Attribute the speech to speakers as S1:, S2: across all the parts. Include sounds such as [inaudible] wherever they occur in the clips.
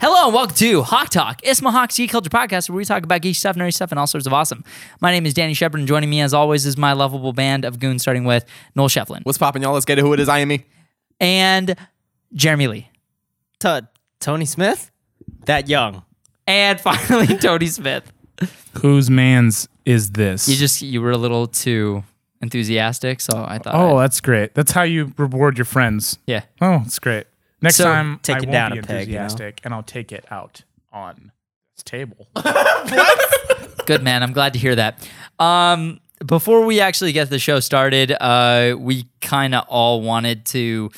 S1: Hello and welcome to Hawk Talk. It's my Hawks Geek Culture Podcast where we talk about geek stuff, nerdy stuff, and all sorts of awesome. My name is Danny Shepard, and joining me as always is my lovable band of goons, starting with Noel Shefflin
S2: What's poppin', y'all? Let's get it. Who it is? I am me.
S1: and Jeremy Lee.
S3: T- Tony Smith? That young.
S1: And [laughs] finally Tony Smith.
S4: Whose man's is this?
S1: You just you were a little too enthusiastic, so I thought
S4: oh,
S1: I'd-
S4: that's great. That's how you reward your friends.
S1: yeah.
S4: Oh, that's great. Next
S1: So,
S4: time,
S3: take
S4: I
S3: it
S4: won't
S3: down
S4: be
S3: a peg, you know?
S4: enthusiastic, and I'll take it out on this table.
S1: Good man. I'm glad to hear that. Um, before we actually get the show started, uh, we kind of all wanted to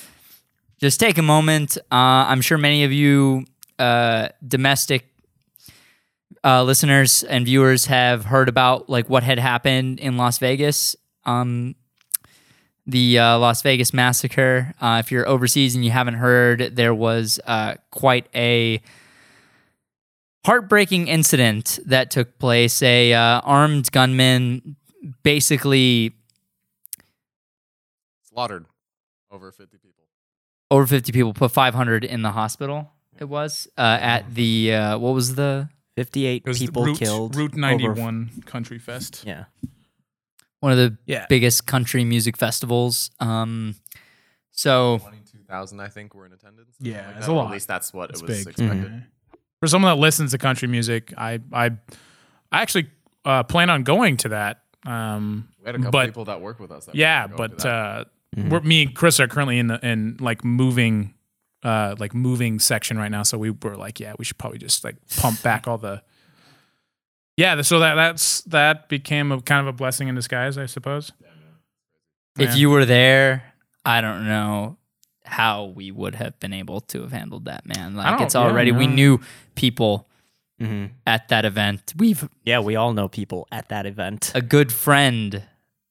S1: just take a moment. Uh, I'm sure many of you uh, domestic uh, listeners and viewers have heard about like what had happened in Las Vegas, um, the uh, Las Vegas massacre. Uh, if you're overseas and you haven't heard, there was uh, quite a heartbreaking incident that took place. A uh, armed gunman basically
S2: Slaughtered over 50 people.
S1: over 50 people put 500 in the hospital. It was uh, at the uh, what was the
S3: 58 [laughs] people
S4: Route,
S3: killed.
S4: Route
S3: over-
S4: 91 Country Fest.
S3: yeah.
S1: one of the
S4: Yeah.
S1: biggest country music festivals. Um, so
S2: 22,000, I think, were in attendance.
S4: Yeah,
S2: Something like
S4: it's
S2: that,
S4: a
S2: or
S4: lot.
S2: At least that's what
S4: It's
S2: it was
S4: big. Mm-hmm.
S2: expected.
S3: Mm-hmm.
S4: For someone that listens to country music, I I, I actually uh, plan on going to that. Um,
S2: We had a couple
S4: but
S2: people that work with us. That
S4: yeah,
S2: were going to
S4: but
S2: that.
S4: uh, we're, me and Chris are currently in the in like moving, uh, like moving section right now. So we were like, yeah, we should probably just like pump back all the. [laughs] Yeah, so that that's that became a kind of a blessing in disguise, I suppose.
S1: if
S4: Yeah.
S1: you were there, I don't know how we would have been able to have handled that man. Like
S4: don't-
S1: it's
S4: yeah,
S1: already we
S4: no.
S1: knew people
S3: hmm
S1: at that event. We've
S3: Yeah, we all know people at that event.
S1: a good friend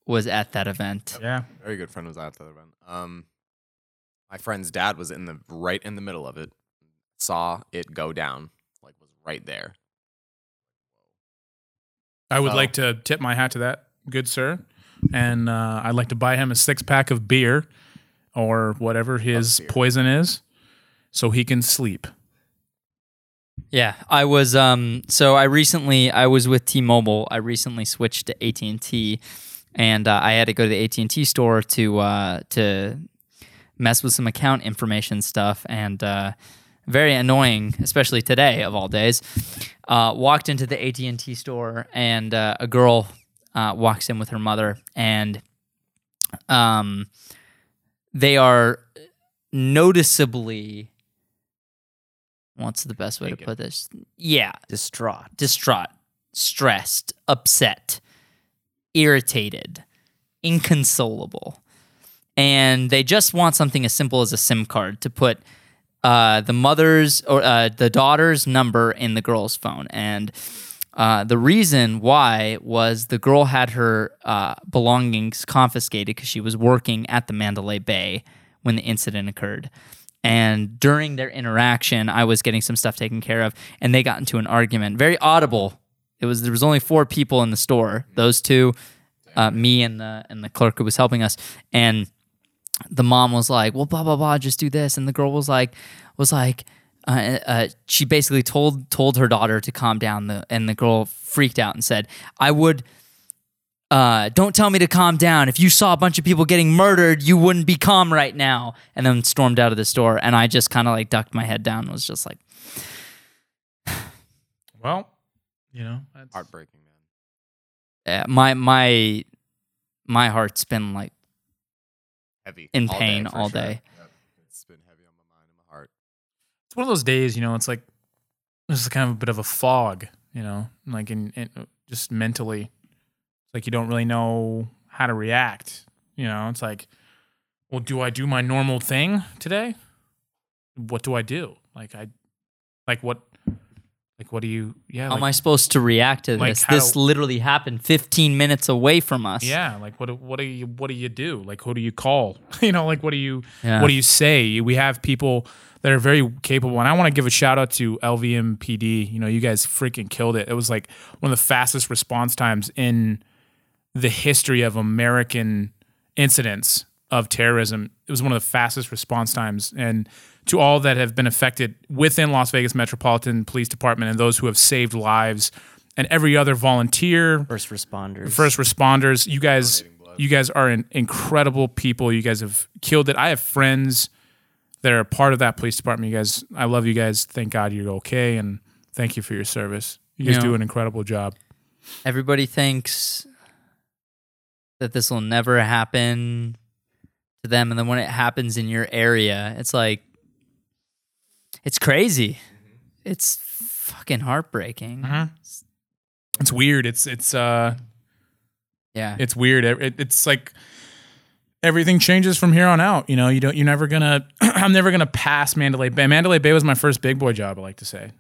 S1: was at that event.
S4: Yeah,
S2: very good friend was at the event. Um, my friend's dad was in the right in the middle of it, saw it go down, like was right there.
S4: I would
S2: Oh.
S4: like to tip my hat to that good sir, and uh, I'd like to buy him a six pack of beer, or whatever his
S2: beer.
S4: poison is, so he can sleep.
S1: Yeah, I was um so I recently I was with T-Mobile. I recently switched to AT&T and uh, I had to go to the AT&T store to uh to mess with some account information stuff and uh very annoying, especially today of all days. Uh, walked into the AT&T store and uh, a girl uh, walks in with her mother and um they are noticeably what's the best way to
S2: Thank you.
S1: put this yeah
S3: Distraught.
S1: distraught stressed upset irritated inconsolable and they just want something as simple as a sim card to put uh, the mother's or uh, the daughter's number in the girl's phone and uh, the reason why was the girl had her uh, belongings confiscated because she was working at the Mandalay Bay when the incident occurred. And during their interaction, I was getting some stuff taken care of, and they got into an argument. Very audible. It was there was only four people in the store. Those two, uh, me and the and the clerk who was helping us, and the mom was like, "Well, blah blah blah, just do this," and the girl was like, was like, uh, uh, she basically told told her daughter to calm down. The and the girl freaked out and said, "I would." Uh, don't tell me to calm down. If you saw a bunch of people getting murdered, you wouldn't be calm right now. And then stormed out of the store. And I just kind of like ducked my head down. and Was just like,
S4: Well, you know, that's,
S2: Heartbreaking, man.
S1: eh, my my my heart's been like,
S2: Heavy.
S1: In
S2: all day,
S1: pain
S2: for
S1: all
S2: sure.
S1: day.
S2: Yep. It's been heavy on my mind and my heart.
S4: it's one of those days, you know, it's like there's kind of a bit of a fog, you know, like in, in just mentally. It's like you don't really know how to react. You know, it's like, well, do I do my normal thing today? What do I do? Like I like what like what do you yeah,
S1: how
S4: like,
S1: am I supposed to react to
S4: like
S1: this?
S4: how-
S1: This literally happened 15 minutes away from us.
S4: yeah, like what do- what do you what do you do? Like who do you call? [laughs] You know, like what do you
S1: Yeah.
S4: what do you say? We have people that are very capable, and I want to give a shout out to LVMPD. You know, you guys freaking killed it. It was like one of the fastest response times in the history of American incidents of terrorism, it was one of the fastest response times. And to all that have been affected within Las Vegas Metropolitan Police Department and those who have saved lives and every other volunteer,
S3: First responders.
S4: first responders, you guys, you guys are in, incredible people. You guys have killed it. I have friends that are a part of that police department. You guys, I love you guys. Thank God you're okay, and thank you for your service. You guys
S1: Yeah.
S4: do an incredible job.
S1: Everybody thinks that this will never happen to them. And then when it happens in your area, it's like, it's crazy. It's fucking heartbreaking.
S4: Mm-hmm. It's weird. It's it's uh
S1: Yeah.
S4: it's weird. It, it- it's like everything changes from here on out. You know, you don't. You're never gonna. [clears throat] I'm never gonna pass Mandalay Bay. Mandalay Bay was my first big boy job. I like to say.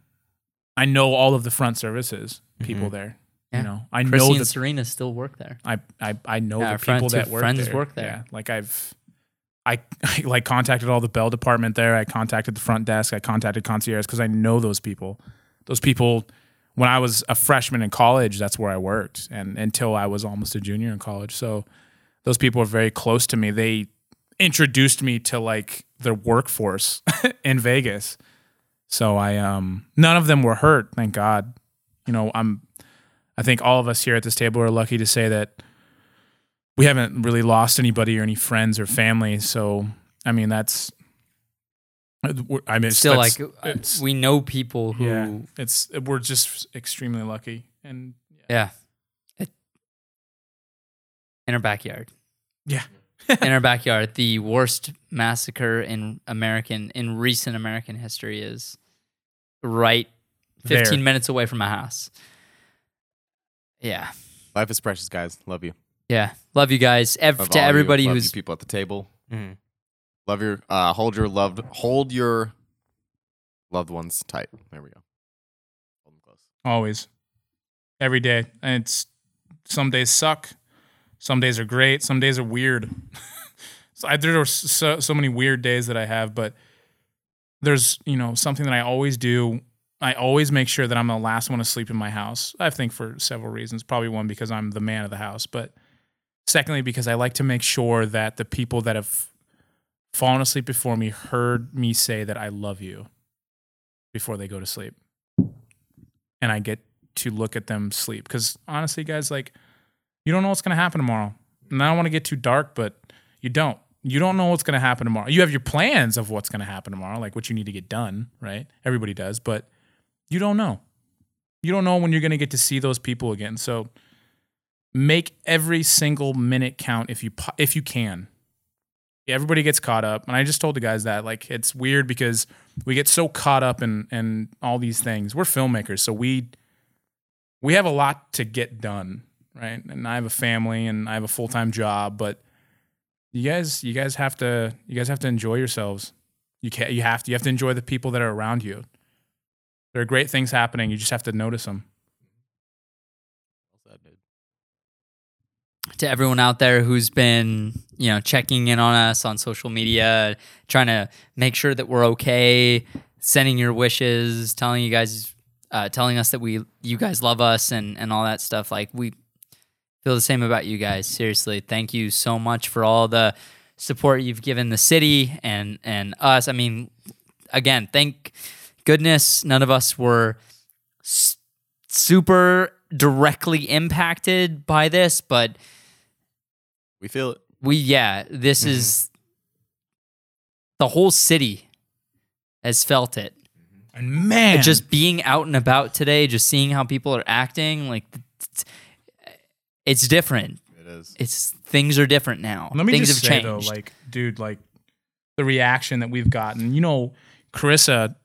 S4: I know all of the front services people there.
S1: Mm-hmm. Yeah.
S4: You know, I
S1: Chrissy
S4: know
S1: and
S4: that
S1: Serena still work there.
S4: I I I know
S1: Yeah, our
S4: the
S1: friend-
S4: people
S1: two
S4: that work
S1: friends
S4: there.
S1: work there.
S4: Yeah, like I've I, [laughs] I like contacted all the bell department there. I contacted the front desk. I contacted concierge because I know those people. Those people when I was a freshman in college, that's where I worked, and until I was almost a junior in college. So those people are very close to me. They introduced me to like their workforce in Vegas. So I um none of them were hurt, thank God. You know, I'm I think all of us here at this table are lucky to say that we haven't really lost anybody or any friends or family. So I mean that's I mean it's
S1: Still,
S4: that's-
S1: like, uh,
S4: it's-
S1: we know people who,
S4: yeah, it's we're just extremely lucky, and
S1: yeah. It- in our backyard.
S4: yeah,
S1: [laughs] in
S4: [laughs]
S1: our backyard, the worst massacre in American in recent American history is right 15
S4: There.
S1: minutes away from my house. Yeah.
S2: Life is precious, guys. Love you.
S1: Yeah. Love you guys. Ev-
S2: Love
S1: to
S2: all of you.
S1: everybody
S2: Love you
S1: who's
S2: people at the table.
S3: Mhm.
S2: Love your uh, hold your loved hold your loved ones tight. There we go. Hold them close.
S4: always, every day, and it's some days suck, some days are great, some days are weird. [laughs] so I, there are so so many weird days that I have, but there's you know something that I always do. I always make sure that I'm the last one to sleep in my house. I think for several reasons. Probably one because I'm the man of the house, but secondly because I like to make sure that the people that have fallen asleep before me heard me say that I love you before they go to sleep. And I get to look at them sleep cuz honestly guys like you don't know what's going to happen tomorrow. And I don't want to get too dark, but you don't. You don't know what's going to happen tomorrow. You have your plans of what's going to happen tomorrow, like what you need to get done, right? Everybody does, but you don't know. You don't know when you're going to get to see those people again. So make every single minute count if you po- if you can. Everybody gets caught up, and I just told the guys that like it's weird because we get so caught up in in all these things. We're filmmakers, so we we have a lot to get done, right? And I have a family and I have a full time job, but you guys you guys have to you guys have to enjoy yourselves. You can not you have to you have to enjoy the people that are around you. There are great things happening. You just have to notice them.
S2: Well said, dude.
S1: to everyone out there who's been, you know, checking in on us on social media, trying to make sure that we're okay, sending your wishes, telling you guys, uh, telling us that we, you guys love us and and all that stuff. Like we feel the same about you guys. Seriously, thank you so much for all the support you've given the city and and us. I mean, again, thank goodness none of us were s- super directly impacted by this, but
S2: We feel it.
S1: we yeah this
S4: Mm-hmm.
S1: is the whole city has felt it
S4: And man,
S1: just being out and about today just seeing how people are acting like it's- it's different
S2: It is.
S1: it's things are different now
S4: Let me
S1: things
S4: just
S1: have
S4: say
S1: changed
S4: though, like, dude, like the reaction that we've gotten. You know, Carissa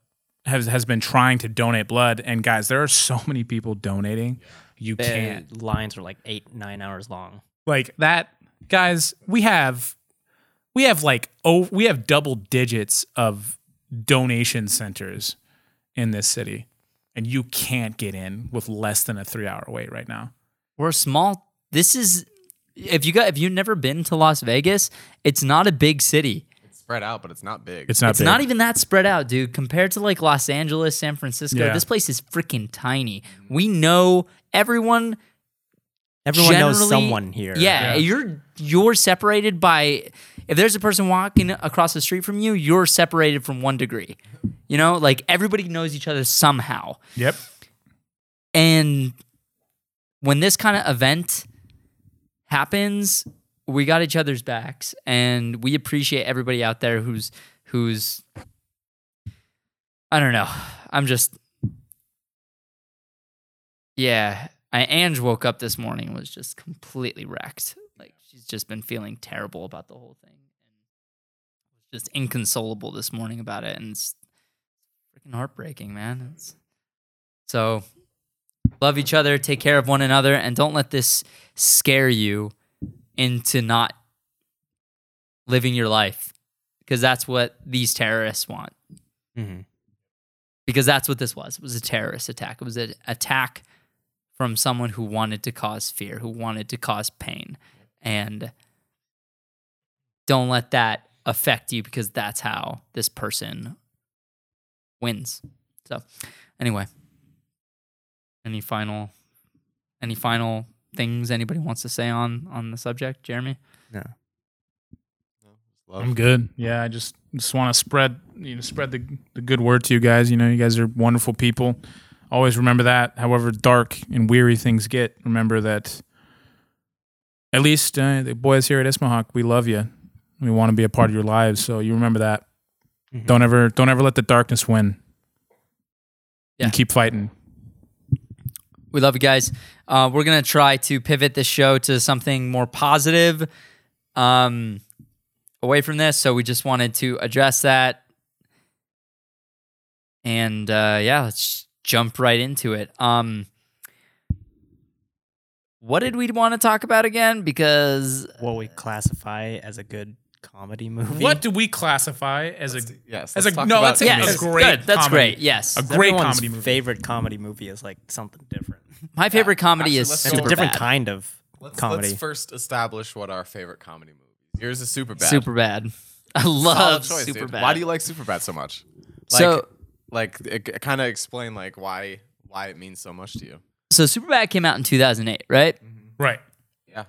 S4: has has been trying to donate blood, and guys, there are so many people donating. You
S3: The
S4: can't
S3: lines are like eight, nine hours long.
S4: like that, guys. We have we have like oh we have double digits of donation centers in this city, and you can't get in with less than a three hour wait right now.
S1: we're small this is if you got if you've never been to las vegas it's not a big city
S2: It's spread out, but it's not big.
S4: It's not.
S1: It's not e- even that spread out, dude. Compared to like Los Angeles, San Francisco,
S4: Yeah.
S1: this place is freaking tiny. We know everyone
S3: Everyone knows
S1: generally-
S3: someone here.
S1: Yeah,
S4: Yeah.
S1: you're you're separated by if there's a person walking across the street from you, you're separated from one degree. You know, like everybody knows each other somehow.
S4: Yep.
S1: And when this kind of event happens, we got each other's backs and we appreciate everybody out there who's who's I don't know. I'm just Yeah, I Ange woke up this morning and was just completely wrecked. Like she's just been feeling terrible about the whole thing and was just inconsolable this morning about it and it's freaking heartbreaking, man. It's, so love each other, take care of one another, and don't let this scare you into not living your life because that's what these terrorists want.
S3: Mhm.
S1: Because that's what this was. It was a terrorist attack. It was an attack from someone who wanted to cause fear, who wanted to cause pain. And don't let that affect you because that's how this person wins. So, anyway, any final any final things anybody wants to say on on the subject, Jeremy?
S4: I'm good. Yeah, I just just want to spread you know spread the the good word to you guys. You know, you guys are wonderful people. Always remember that. However dark and weary things get, remember that. At least uh, the boys here at Ismahawk, we love you. We want to be a part of your lives, so you remember that.
S2: Mm-hmm.
S3: Mhm.
S4: Don't ever don't ever let the darkness win.
S1: Yeah.
S4: And keep fighting.
S1: We love you guys. Uh, we're gonna try to pivot this show to something more positive, um, away from this. So we just wanted to address that, and uh, yeah, let's jump right into it. Um, what did we want to talk about again? Because
S3: What we classify as a good comedy movie.
S4: What do we classify as a
S2: Yes.
S4: As
S2: let's
S4: a-
S2: talk
S4: no,
S2: about
S4: let's say
S2: comedy.
S1: yes,
S4: a
S1: that's
S4: great
S1: good. That's
S4: comedy.
S1: great. Yes,
S4: a great
S3: Everyone's
S4: comedy movie?
S3: favorite comedy movie is like something different.
S1: my favorite comedy
S2: Actually,
S1: is
S2: let's
S3: It's
S1: super
S3: a different
S1: bad.
S3: kind of
S2: Let's,
S3: comedy.
S2: let's first establish what our favorite comedy movie. is. Yours is Super Bad.
S1: Super bad. [laughs] I love
S2: Solid choice, dude.
S1: super bad.
S2: Why do you like Super Bad so much? Like,
S1: So-
S2: like kind of explain like why why it means so much to you.
S1: so Superbad came out in 2008, right?
S4: right?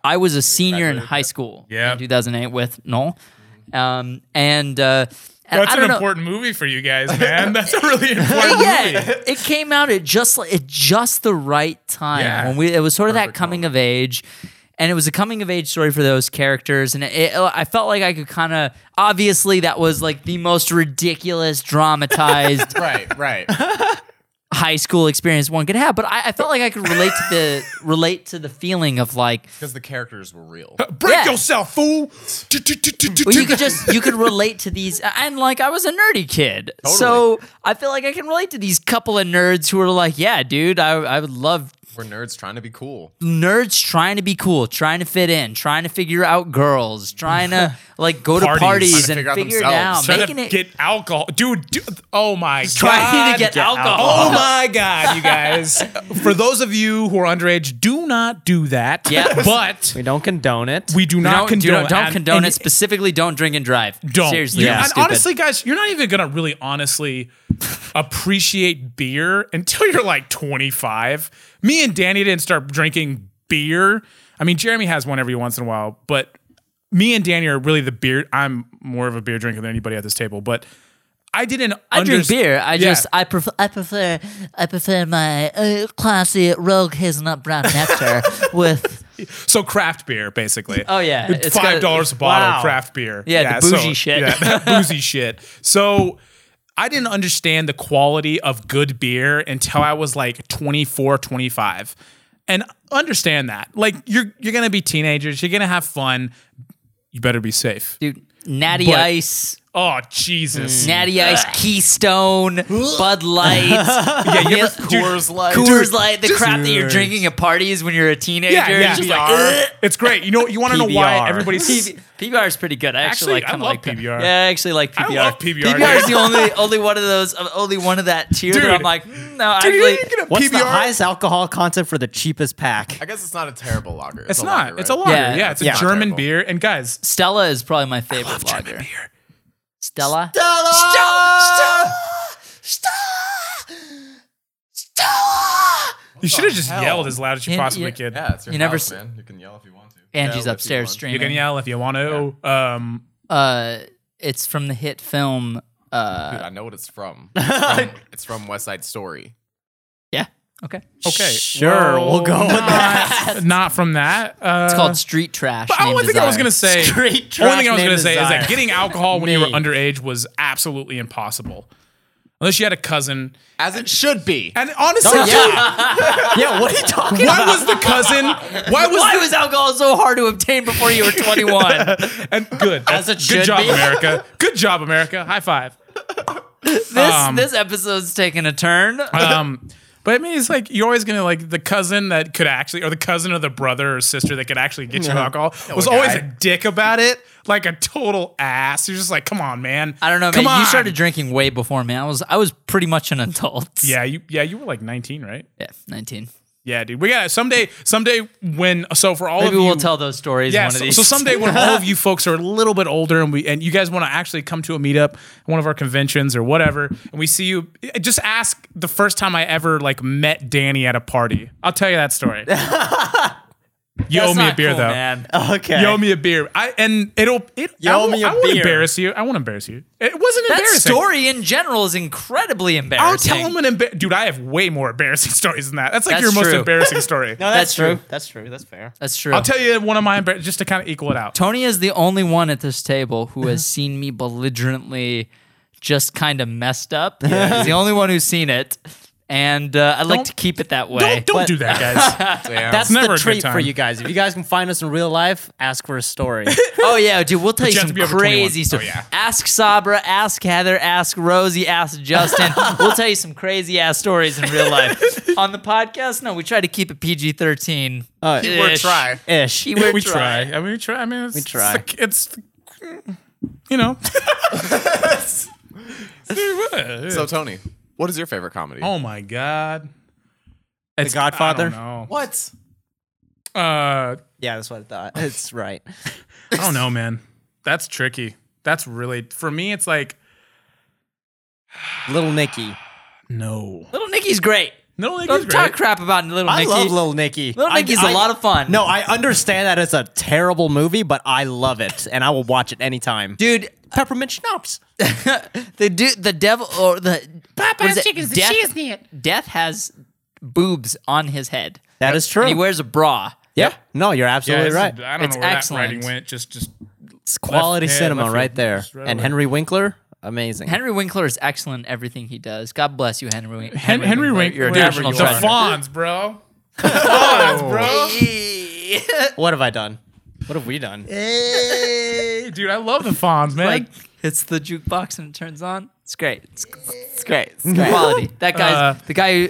S1: I was a senior in
S2: graduated,
S1: high
S2: yeah.
S1: school
S4: Yeah. Mm-hmm.
S1: in 2008 with Noel, um, and uh, and
S4: That's
S1: I
S4: an
S1: don't know.
S4: important movie for you guys, man.
S1: [laughs]
S4: That's a [laughs] really important movie.
S1: yeah, it came out at just like- at just the right time
S4: Yeah.
S1: when we it was sort of that
S2: Perfect
S1: coming of age, and it was a coming of age story for those characters, and it, I felt like I could kind of obviously that was like the most ridiculous dramatized
S4: [laughs]
S2: Right, right.
S1: high school experience one could have, but I, I felt like I could relate to the relate to the feeling of like
S2: Because the characters were real.
S4: Break
S1: Yeah.
S4: yourself, fool.
S1: well, you could just you could relate to these, and like I was a nerdy kid, so I feel like I can relate to these couple of nerds who are like, yeah, dude, I I would love
S2: We're nerds trying to be cool.
S1: nerds trying to be cool, trying to fit in, trying to figure out girls, trying
S4: [laughs]
S1: to like go to
S4: Parties.
S1: parties
S2: Trying to
S1: and
S2: figure out
S1: figure it out,
S2: themselves.
S4: Trying
S1: making
S4: to
S1: it
S4: get alcohol, dude. dude, oh my
S1: trying
S4: god!
S1: to get,
S3: get
S1: alcohol.
S4: Oh my god, you guys! [laughs] For those of you who are underage, do not do that.
S1: Yeah.
S4: but
S3: we don't condone it.
S4: we do not
S1: Don't, do
S4: condone.
S1: not don't
S4: and-
S1: condone
S4: and-
S1: it. Specifically, don't drink and drive.
S4: Don't
S1: seriously.
S4: You-
S1: it's
S4: and
S1: stupid.
S4: honestly, guys, you're not even gonna really honestly appreciate beer until you're like 25. Me and Danny didn't start drinking beer. I mean, Jeremy has one every once in a while, but me and Danny are really the beer. I'm more of a beer drinker than anybody at this table, but I didn't.
S1: I drink
S4: underst-
S1: beer. I
S4: Yeah.
S1: just I prefer I prefer I prefer my uh, classy rogue hazelnut brown
S4: [laughs]
S1: nectar with
S4: so craft beer basically.
S1: Oh, yeah. It's got-
S4: five dollars a bottle
S3: Wow.
S4: of craft beer.
S1: Yeah, the bougie shit.
S4: Yeah,
S1: [laughs]
S4: that boozy shit. So I didn't understand the quality of good beer until I was like 24, 25. And understand that. Like you're you're gonna be teenagers, you're gonna have fun. You better be safe.
S1: dude natty
S4: But-
S1: ice,
S4: Oh Jesus.
S1: natty ice, Keystone, Bud Light, yeah,
S4: you ever- dude,
S2: Coors Light.
S1: Coors Light, the
S4: just-
S1: crap that you're drinking at parties when you're a teenager.
S4: Yeah, yeah.
S1: It's just like, "Ugh."
S4: it's great. You know you wanna know why
S3: PBR.
S4: [laughs] everybody's
S1: PB PBR is pretty good. I actually,
S4: Actually,
S1: like,
S4: I
S1: kinda
S4: love
S1: like that.
S4: PBR.
S1: Yeah, I actually like
S4: I
S1: PBR.
S4: love PBR,
S1: PBR is
S4: dude.
S1: the only only one of those, uh, only one of that tier.
S4: Dude.
S1: that I'm like, mm, no,
S4: Dude, you
S1: actually,
S4: didn't get a
S3: What's the
S4: PBR?
S3: highest alcohol content for the cheapest
S2: I
S3: pack?
S2: guess it's not a terrible lager.
S4: It's not.
S2: lager,
S4: It's a
S2: right?
S4: lager.
S1: Yeah.
S4: Yeah, it's a
S3: Yeah.
S4: German
S2: Terrible.
S4: beer. And guys,
S1: Stella is probably my favorite lager.
S4: beer.
S1: Stella.
S3: Stella!
S1: Stella! Stella!
S4: You should have just
S2: hell?
S4: yelled as loud as you
S1: Yeah,
S4: possibly
S1: yeah.
S4: could.
S2: Yeah, it's your
S1: You never
S2: house,
S1: s-
S2: man. You can yell if you want to.
S1: Angie's
S2: Yell if you
S1: upstairs
S2: want.
S4: You
S1: streaming.
S4: can yell if you want to. Um,
S1: Uh, it's from the hit film. Uh,
S2: Dude, I know what it's [laughs] from. It's from, it's from West Side Story.
S1: yeah. Okay.
S4: okay.
S3: Sure, we'll go with
S4: not, that. [laughs] Not from that. Uh,
S1: It's called Street Trash.
S4: But I
S1: Named
S4: one thing I was
S1: Desire.
S4: gonna
S3: [laughs] Straight
S4: say.
S3: trash
S4: Only thing I was
S3: name
S4: gonna say is
S3: desire.
S4: that getting alcohol when you were
S3: Me.
S4: underage was absolutely impossible, unless you had a cousin.
S2: As it should be.
S4: And honestly,
S3: [laughs] yeah, what are you talking
S4: [laughs] why was the cousin?
S1: [laughs]
S4: Why was
S1: Why was alcohol so hard to obtain before [laughs] you were 21?
S4: and good?
S1: As it
S4: good
S1: should
S4: job,
S1: be.
S4: America. Good job, America. High five.
S1: this this episode's taking a turn.
S4: Um, but Um, I mean, it's like you're always gonna like the cousin that could actually, or the cousin or the brother or sister that could actually get you alcohol was always a dick about it, like a total ass. You're just like, come on, man.
S1: I don't know,
S4: Come
S1: man. You
S4: on."
S1: started drinking way before me. I was I was pretty much an adult.
S4: Yeah, you. Yeah, you were like 19, right?
S1: Yeah, 19.
S4: Yeah, dude. We got to someday. Someday when so for all
S1: Maybe
S4: of you,
S1: we'll tell those stories
S4: Yeah,
S1: one of
S4: so,
S1: these.
S4: so someday when
S1: [laughs]
S4: all of you folks are a little bit older and we and you guys want to actually come to a meetup, one of our conventions or whatever, and we see you, eh, just ask the first time I ever like met Danny at a party. I'll tell you
S1: [laughs]
S4: that story. you owe
S1: That's
S4: me a
S1: not
S4: beer
S1: cool,
S4: though.
S1: Man.
S3: Okay.
S4: You owe me a beer. I and it'll it.
S3: You
S4: I
S3: owe
S4: won't-
S3: me a
S4: I won't
S3: beer.
S4: embarrass you. I won't embarrass you. It wasn't
S1: That
S4: embarrassing.
S1: story in general is incredibly
S4: I'll
S1: embarrassing.
S4: tell him an embar- dude. I have way more embarrassing [laughs] stories than that. That's like
S1: That's
S4: your most
S1: true. [laughs]
S4: embarrassing story.
S3: no, Oh, that's,
S1: That's
S3: true.
S1: true.
S3: That's true. That's fair.
S1: That's true.
S4: I'll tell you one of my embar- just to kind of equal it out.
S1: Tony is the only one at this table who has
S4: Uh-huh.
S1: seen me belligerently just kind of messed up. He's the only one who's seen it. And uh, I like
S4: Don't-
S1: to keep it that way.
S4: Don't don't
S3: But-
S4: do that, guys.
S2: Damn.
S3: That's
S4: never
S3: the
S4: a good
S3: treat for
S4: time.
S3: you guys. If you guys can find us in real life, ask for a [laughs] story.
S1: [laughs] Oh yeah, dude, we'll tell you
S4: you
S1: some
S4: have to be over 21.
S1: crazy stuff.
S4: Oh, yeah.
S1: Ask Sabra, ask Heather, ask Rosie, ask
S4: [laughs]
S1: Justin. we'll tell you some crazy ass stories in real life. On the podcast, no, we try to keep it PG thirteen.
S3: Uh,
S1: Keyword
S2: try.
S3: Ish. [laughs]
S1: Keyword
S4: we
S1: try.
S4: try. I mean, we try. I mean, it's, we
S3: try.
S4: It's, the- it's the- you
S2: [laughs]
S4: know.
S2: So Tony, what is your favorite comedy?
S4: oh my god. It's,
S3: Godfather?
S4: I don't know.
S2: What?
S4: Uh,
S3: Yeah, that's what I thought. It's right.
S4: I don't know, man. That's tricky. That's really for me. It's like
S3: Little Nicky.
S4: no.
S1: Little Nicky's great.
S4: No, like
S1: Don't talk crap about Little
S3: I
S1: Nicky.
S3: love Little Nicky.
S1: Little
S3: I-
S1: Nicky's a
S3: I-
S1: lot of fun.
S3: No, I understand that it's a terrible movie, but I love it, and I will watch it anytime.
S1: dude, [laughs]
S3: Peppermint schnapps.
S1: the dude, the devil, or the what is it?
S5: chicken is the
S1: Death-
S5: cheese knit.
S1: Death has boobs on his head.
S3: That is true.
S1: And he wears a bra.
S3: yeah. No, you're absolutely
S4: I
S3: right.
S4: don't
S1: It's
S4: know where
S1: excellent.
S4: that writing went. Just, just
S3: It's quality
S4: yeah,
S3: cinema
S4: left
S3: right
S4: field.
S3: there.
S4: Just right
S3: and
S4: away.
S3: Henry Winkler, amazing.
S1: Henry Winkler is excellent in everything he does. God bless you, Henry. Win-
S4: Henry, Henry Wink.
S1: You're a
S4: Wink-
S1: national
S4: the
S1: treasure.
S4: Fonz, bro. Fonz, bro.
S3: what have I done? What have we done?
S4: Hey, dude, I love the Fonz, man.
S1: like hits the jukebox and it turns on. It's great. It's, it's great. It's [laughs] quality. That guy's
S4: Uh,
S1: the guy. Who,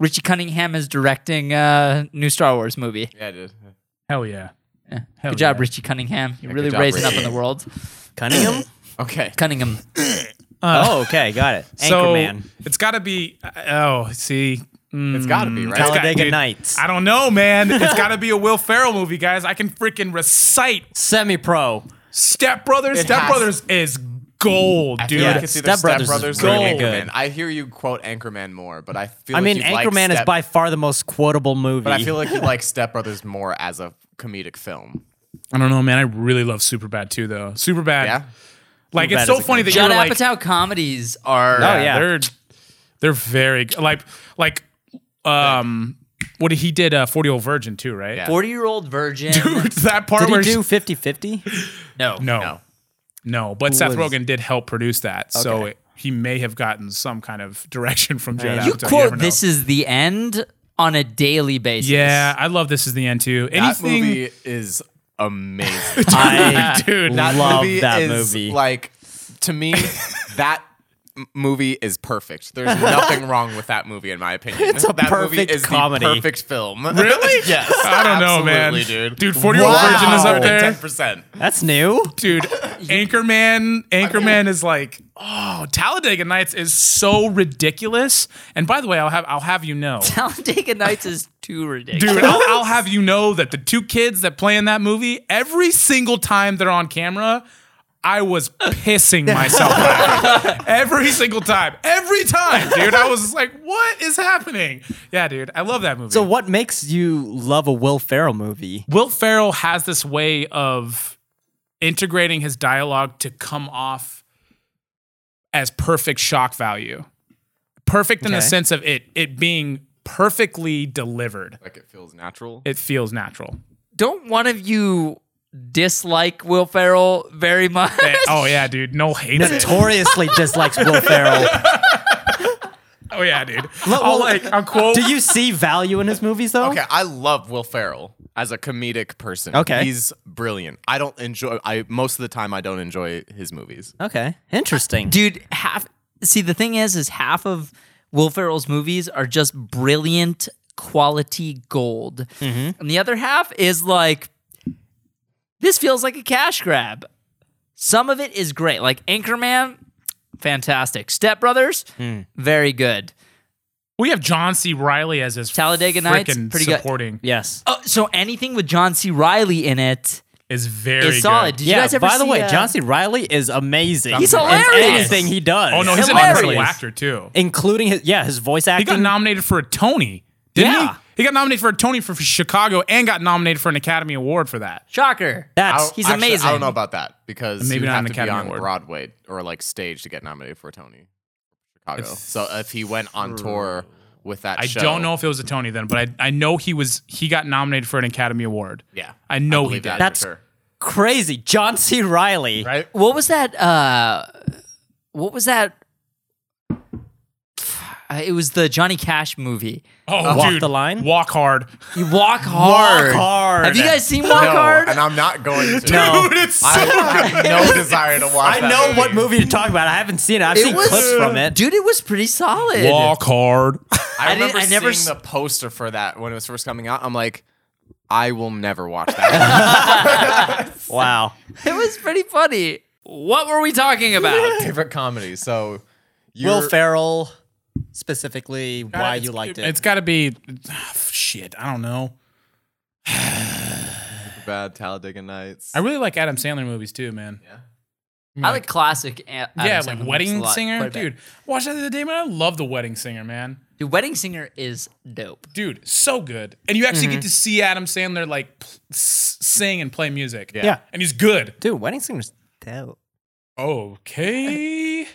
S1: Richie Cunningham is directing a new Star Wars movie.
S2: Yeah, I did.
S4: Hell yeah. Hell
S1: Good job,
S4: yeah.
S1: Richie Cunningham. You're really
S2: job,
S1: raising up
S2: Richie.
S1: in the world.
S3: Cunningham?
S2: Okay.
S1: Cunningham.
S3: oh, okay, got it. Anchorman.
S4: So it's got to be. Oh, see,
S2: It's gotta
S3: Mm,
S2: be, right?
S4: It's got-
S3: Talladega
S4: dude,
S3: Nights.
S4: I don't know, man. It's got to be a Will Ferrell movie, guys. I can freaking recite
S3: Semi pro.
S4: Step Brothers. Step
S2: has-
S4: Brothers is gold,
S2: Yeah,
S3: like
S4: dude.
S3: Yeah,
S2: it's either
S3: Step
S2: Step
S3: Brothers
S2: Brothers,
S3: is
S2: or
S3: really
S2: Anchorman.
S3: good.
S2: I hear you quote Anchorman more, but I feel
S3: I
S2: like
S3: mean,
S2: you like
S3: Anchorman is
S2: Step-
S3: by far the most quotable movie.
S2: But I feel like you like Step Brothers more as a comedic
S3: [laughs]
S2: film.
S4: I don't know, man. I really love Superbad too, though. Superbad.
S2: Yeah.
S4: Like
S3: Superbad
S4: it's
S3: is
S4: so
S3: a
S4: funny that you're
S1: Judd
S4: like,
S1: Apatow comedies are.
S3: Oh, yeah.
S4: they're they're very g- like like um what did- he did uh, Forty Old Virgin too, right?
S2: Yeah.
S1: Forty-year-old virgin.
S4: Dude, [laughs] that part
S3: Did
S4: where
S3: he do
S4: [laughs] she-
S3: 50 50?
S1: no,
S4: no,
S2: No.
S4: no, but
S3: was-
S4: Seth Rogen did help produce that, so it, he may have gotten some kind of direction from Judd.
S1: You
S4: Apatow, never
S1: quote
S4: know.
S1: "This is the end" on a daily basis.
S4: Yeah, I love this is the end too.
S2: That
S4: Anything,
S2: movie is amazing.
S3: I
S4: [laughs]
S2: [laughs]
S4: dude,
S2: that
S3: love
S2: movie
S3: that
S2: is,
S3: movie.
S2: Like to
S3: [laughs]
S2: me, that m- movie is perfect. There's nothing wrong with that movie, in my opinion. It's
S3: a
S2: that
S3: perfect
S2: movie is
S3: comedy.
S2: The perfect
S3: [laughs]
S2: film. [laughs]
S4: Really?
S2: yes.
S4: I don't know, man.
S2: absolutely, dude.
S4: Dude, 40 Year Old Virgin is up there.
S2: Ten percent.
S3: That's new.
S2: [laughs]
S4: dude. Anchorman, Anchorman is like, oh, Talladega Nights is so ridiculous. And by the way, I'll have I'll have
S2: [laughs]
S4: you know,
S1: Talladega Nights is too ridiculous.
S4: dude. I'll,
S3: [laughs]
S4: I'll have you know that the two kids that play in that movie, every single time they're on camera, I was
S3: [laughs]
S4: pissing myself laughing. every single time. Every time, dude. I was just like, what is happening? Yeah, dude. I love that movie.
S3: So what makes you love a Will Ferrell movie?
S4: Will Ferrell has this way of integrating his dialogue to come off as perfect shock value. Perfect in the
S3: Okay.
S4: sense of it it being perfectly delivered.
S2: Like it feels natural.
S4: It feels natural.
S1: Don't one of you dislike Will Ferrell very much? [laughs]
S4: oh yeah, dude. No hate. it.
S3: Notoriously dislikes Will Ferrell.
S4: Oh yeah, dude.
S3: Look,
S4: I'll,
S3: well,
S4: like, I'll quote.
S3: Do you see value in his movies though?
S2: Okay, I love Will Ferrell as a comedic person.
S3: Okay.
S2: he's brilliant. I don't enjoy. I most of the time I don't enjoy his movies.
S3: Okay. Interesting.
S1: dude half see the thing is is half of will ferrell's movies are just brilliant quality gold
S4: Mm-hmm.
S1: and the other half is like this feels like a cash grab some of it is great like anchorman fantastic step brothers
S4: Hmm.
S1: very good
S4: we have John C. Riley as his
S1: Talladega Nights,
S4: frickin'
S1: pretty good.
S4: supporting
S3: yes.
S1: oh, so anything with john c riley in it
S4: is very
S1: is solid
S4: good.
S1: did you guys ever
S3: by the
S1: see,
S3: way,
S1: uh,
S3: John C. Riley is amazing.
S1: He's
S3: in
S1: hilarious.
S3: anything he does.
S4: Oh no, he's an
S1: Hilarious.
S4: incredible actor too.
S3: including his yeah his voice
S4: He
S3: acting.
S4: got nominated for a Tony, didn't
S3: Yeah.
S4: he? He got nominated for a Tony for Chicago and got nominated for an Academy Award for that.
S1: shocker
S2: I
S3: That's
S2: don't-
S1: He's
S2: actually,
S1: amazing.
S2: I don't know about that because
S4: Maybe
S2: maybe
S4: not
S2: not
S4: an
S2: have to be
S4: Academy
S2: on
S4: Award.
S2: Broadway or like stage to get nominated for a Tony, Chicago. so if he went on tour with that,
S4: I
S2: show,
S4: don't know if it was a Tony then, but I, I know he was he got nominated for an Academy Award.
S2: Yeah,
S4: I know he
S2: believe
S4: did.
S2: that for
S3: That's-
S2: sure.
S3: crazy. John C. Riley.
S2: right.
S1: what was that uh what was that [sighs] it was the johnny cash movie
S4: Oh,
S3: Walk
S4: dude,
S3: the Line?
S4: Walk hard.
S1: You walk hard.
S3: Hard.
S1: Have you guys seen Walk
S2: no,
S1: Hard?
S2: and I'm
S1: [laughs]
S2: not going to.
S3: No.
S4: Dude, it's so
S2: I have no desire to watch.
S3: I
S2: that
S3: know what movie to talk about. I haven't seen it. I've seen clips from it.
S1: dude. It was pretty solid.
S4: Walk hard.
S2: I,
S1: I didn't-
S2: remember
S1: I never
S2: seeing
S1: s-
S2: the poster for that when it was first coming out. I'm like, I will never watch that.
S1: [laughs]
S3: Wow.
S1: It was pretty funny. What were we talking [laughs] about?
S2: favorite comedy. So,
S3: Will
S2: you're-
S3: Ferrell specifically why
S4: It's-
S3: you liked it.
S4: It's got to be [sighs] shit. I don't know.
S2: Bad Talladega Nights.
S4: I really like Adam Sandler movies too, man.
S2: yeah.
S1: I like classic. A- Adam
S4: yeah,
S1: Sandler
S4: like
S1: movies a
S4: Wedding
S1: lot, quite
S4: Singer,
S1: a bit.
S4: dude. Watch that the other day, man. I love the Wedding Singer, man.
S1: Dude, Wedding Singer is dope.
S4: dude, so good. And you actually
S1: Mm-hmm.
S4: get to see Adam Sandler like pl- s- sing and play music.
S2: Yeah. Yeah.
S4: and he's good.
S3: Dude, Wedding Singer's dope.
S4: Okay.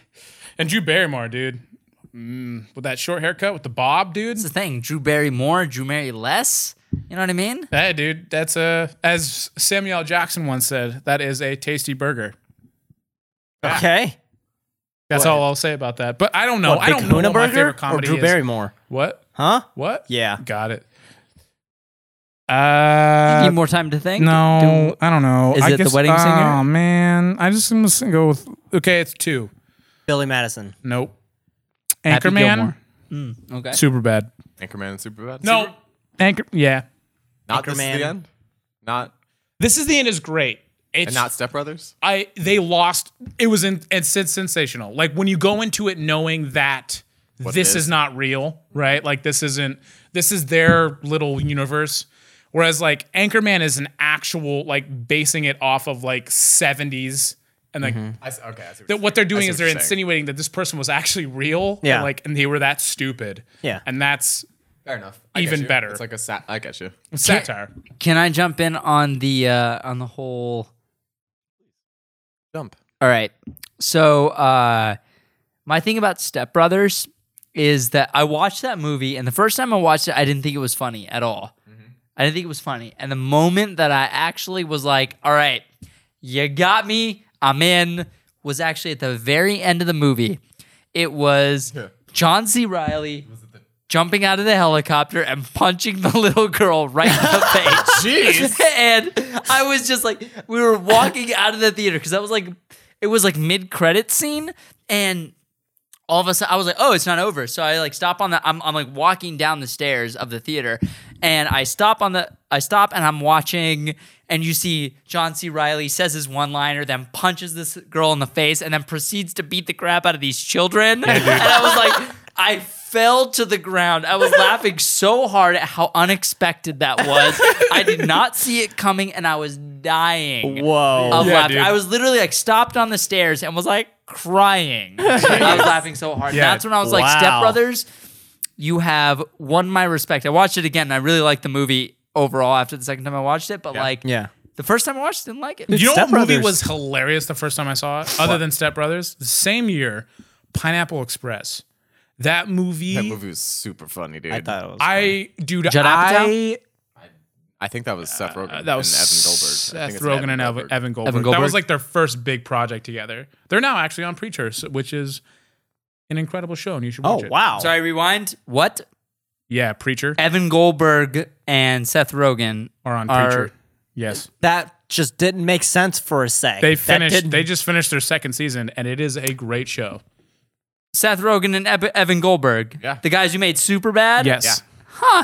S4: And Drew Barrymore, dude, mm, with that short haircut with the bob, dude.
S1: That's the thing. Drew Barrymore, Drew Mary less. You know what I mean?
S4: Hey, dude, that's a as Samuel L. Jackson once said, that is a tasty burger.
S3: Okay.
S4: That's
S3: What?
S4: all I'll say about that. But I don't know.
S3: What,
S4: Oh, I
S3: Big
S4: don't know
S3: Kahuna
S4: what my
S3: Burger
S4: favorite
S3: or
S4: comedy
S3: Drew
S4: is.
S3: Barrymore?
S4: What?
S3: Huh?
S4: What?
S3: Yeah.
S4: Got it.
S1: you
S4: Uh,
S1: need more time to think.
S4: No,
S1: Do-
S4: I don't know.
S1: Is
S4: I
S1: it The Wedding Singer?
S4: Oh man, I just am gonna go with. Okay, it's two.
S3: Billy Madison.
S4: Nope.
S1: Happy
S4: Anchorman,
S1: Gilmore.
S4: Hmm,
S1: Mm, okay.
S4: super bad.
S2: Anchorman and Superbad. Super-
S4: Anchor. Yeah,
S2: not this is
S3: Anchorman.
S2: the end. Not
S4: this is the end is great. It's
S2: and not Step Brothers.
S4: I they lost. It was in, it's, it's sensational. Like when you go into it knowing that this
S2: is?
S4: is not real, right? Like this isn't this is their little universe. Whereas like Anchorman is an actual like basing it off of like 70s and like
S2: I, s- okay, Mm-hmm. I see what
S4: that
S2: you're
S4: what they're doing
S2: see
S4: is
S2: what
S4: they're
S2: you're saying.
S4: insinuating that this person was actually real.
S3: Yeah.
S4: And like, and they were that stupid.
S3: Yeah.
S4: And that's
S2: saying. Fair enough. I get
S4: even
S2: you.
S4: better.
S2: It's like a sat. I get you.
S4: satire.
S1: Can I jump in on the uh, on the whole?
S2: Jump.
S1: All right. So uh my thing about Step Brothers is that I watched that movie and the first time I watched it I didn't think it was funny at all. I didn't think it was funny. And the moment that I actually was like, "All right, you got me. I'm in." was actually at the very end of the movie. It was John C. Riley
S2: [laughs]
S1: jumping out of the helicopter and punching the [laughs] little girl right in the face [laughs] and I was just like, we were walking out of the theater because that was like, it was like mid credit scene, and all of a sudden I was like, oh, it's not over. So I like stop on the, I'm, I'm like walking down the stairs of the theater, and I stop on the, I stop and I'm watching, and you see John C. Riley says his one liner, then punches this girl in the face, and then proceeds to beat the crap out of these children, and I was like, I. fell to the ground. I was laughing so hard at how unexpected that was. I did not see it coming, and I was dying
S3: Whoa.
S1: of
S4: Yeah,
S1: laughter.
S4: dude.
S1: I was literally like stopped on the stairs and was like crying. [laughs] I was laughing so hard.
S4: Yeah.
S1: That's when I was like, Step
S3: Wow.
S1: Brothers, you have won my respect. I watched it again. And I really liked the movie overall after the second time I watched it, but like
S3: Yeah.
S1: the first time I watched it, didn't like it.
S4: you know
S3: Step
S4: what movie
S3: Brothers.
S4: was hilarious the first time I saw it, other than Step Brothers? The same year, Pineapple Express. That movie,
S2: That movie was super funny, dude.
S3: I thought it was.
S4: I dude,
S1: Judd
S4: I
S1: Apatow?
S2: I think that was Seth Rogen
S4: that was
S2: and Evan Goldberg. I think
S4: Seth
S2: it's
S4: Rogen and Evan,
S2: Goldberg.
S4: Evan, Goldberg. That
S1: Goldberg.
S4: was like their first big project together. They're now actually on Preacher, so- which is an incredible show, and you should
S3: oh,
S4: watch it.
S3: wow.
S1: Sorry, rewind. What?
S4: Yeah, Preacher
S1: Evan Goldberg and Seth Rogen
S4: or on
S1: Are-
S4: Preacher. Yes,
S3: That just didn't make sense for a sec.
S4: they
S3: That
S4: finished.
S3: didn't-
S4: They just finished their second season, and it is a great show.
S1: Seth Rogen and Eb- Evan Goldberg.
S2: Yeah.
S1: The guys who made Superbad.
S4: Yes,
S1: Well,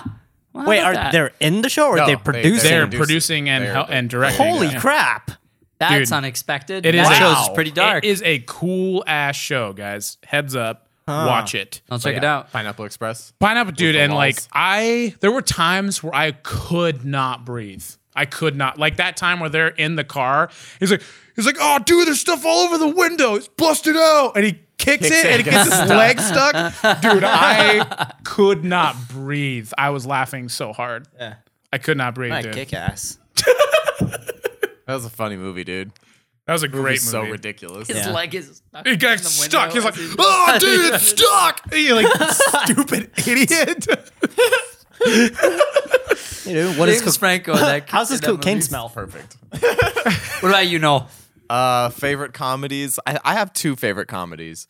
S1: how
S3: Wait,
S1: about
S3: are
S1: that?
S3: they in the show or
S2: No,
S3: are
S2: they-
S3: they
S2: they're
S3: producing?
S4: they're
S2: Producing.
S4: producing and
S2: They're-
S4: hel- and directing.
S3: Holy
S4: Yeah.
S3: crap.
S1: That's
S4: dude,
S1: unexpected.
S4: It is
S1: that
S4: a,
S1: show's pretty dark.
S4: It is a cool ass show, guys. Heads up, watch it.
S1: I'll check
S2: Yeah.
S1: it out.
S2: Pineapple Express.
S4: Pineapple dude,
S2: the
S4: and
S2: walls.
S4: like I, there were times where I could not breathe. I could not like that time where they're in the car. He's like, he's like, oh dude, there's stuff all over the window. It's busted out, and he kicks it,
S2: [laughs]
S4: and it gets his leg stuck. Dude, I could not breathe. I was laughing so hard. Yeah. I could not breathe,
S3: My
S4: dude.
S3: kick ass.
S2: That was a funny movie, dude.
S4: That was a great
S2: It's so
S4: movie.
S2: ridiculous.
S1: His
S3: Yeah.
S1: leg [laughs] is stuck.
S4: He got
S1: in the
S4: stuck.
S1: window
S4: He's like,
S1: as
S4: oh, dude, it's stuck. He, like, stupid idiot.
S3: [laughs] You know, what is
S1: James
S3: cook-
S1: Franco. [laughs] That
S3: How's this
S1: that movie.
S3: cocaine
S2: [laughs]
S3: smell?
S2: Perfect.
S1: What about you, Noel?
S2: Uh, favorite comedies. I, I have two favorite comedies.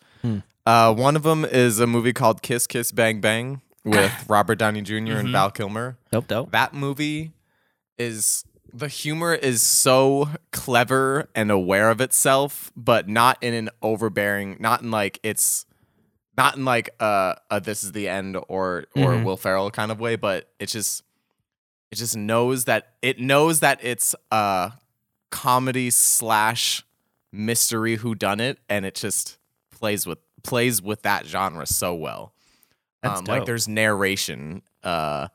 S2: Uh, one of them is a movie called Kiss Kiss Bang Bang
S4: [laughs]
S2: with Robert Downey junior
S4: Mm-hmm.
S2: and Val Kilmer.
S3: Dope, dope.
S2: That movie is the humor is so clever and aware of itself, but not in an overbearing, not in like it's not in like uh, a this is the end or or Will Ferrell kind of way, but it's just it just knows that it knows that it's a comedy slash mystery who done it and it just plays with plays with that genre so well
S3: That's
S2: um, like
S3: dope.
S2: there's narration uh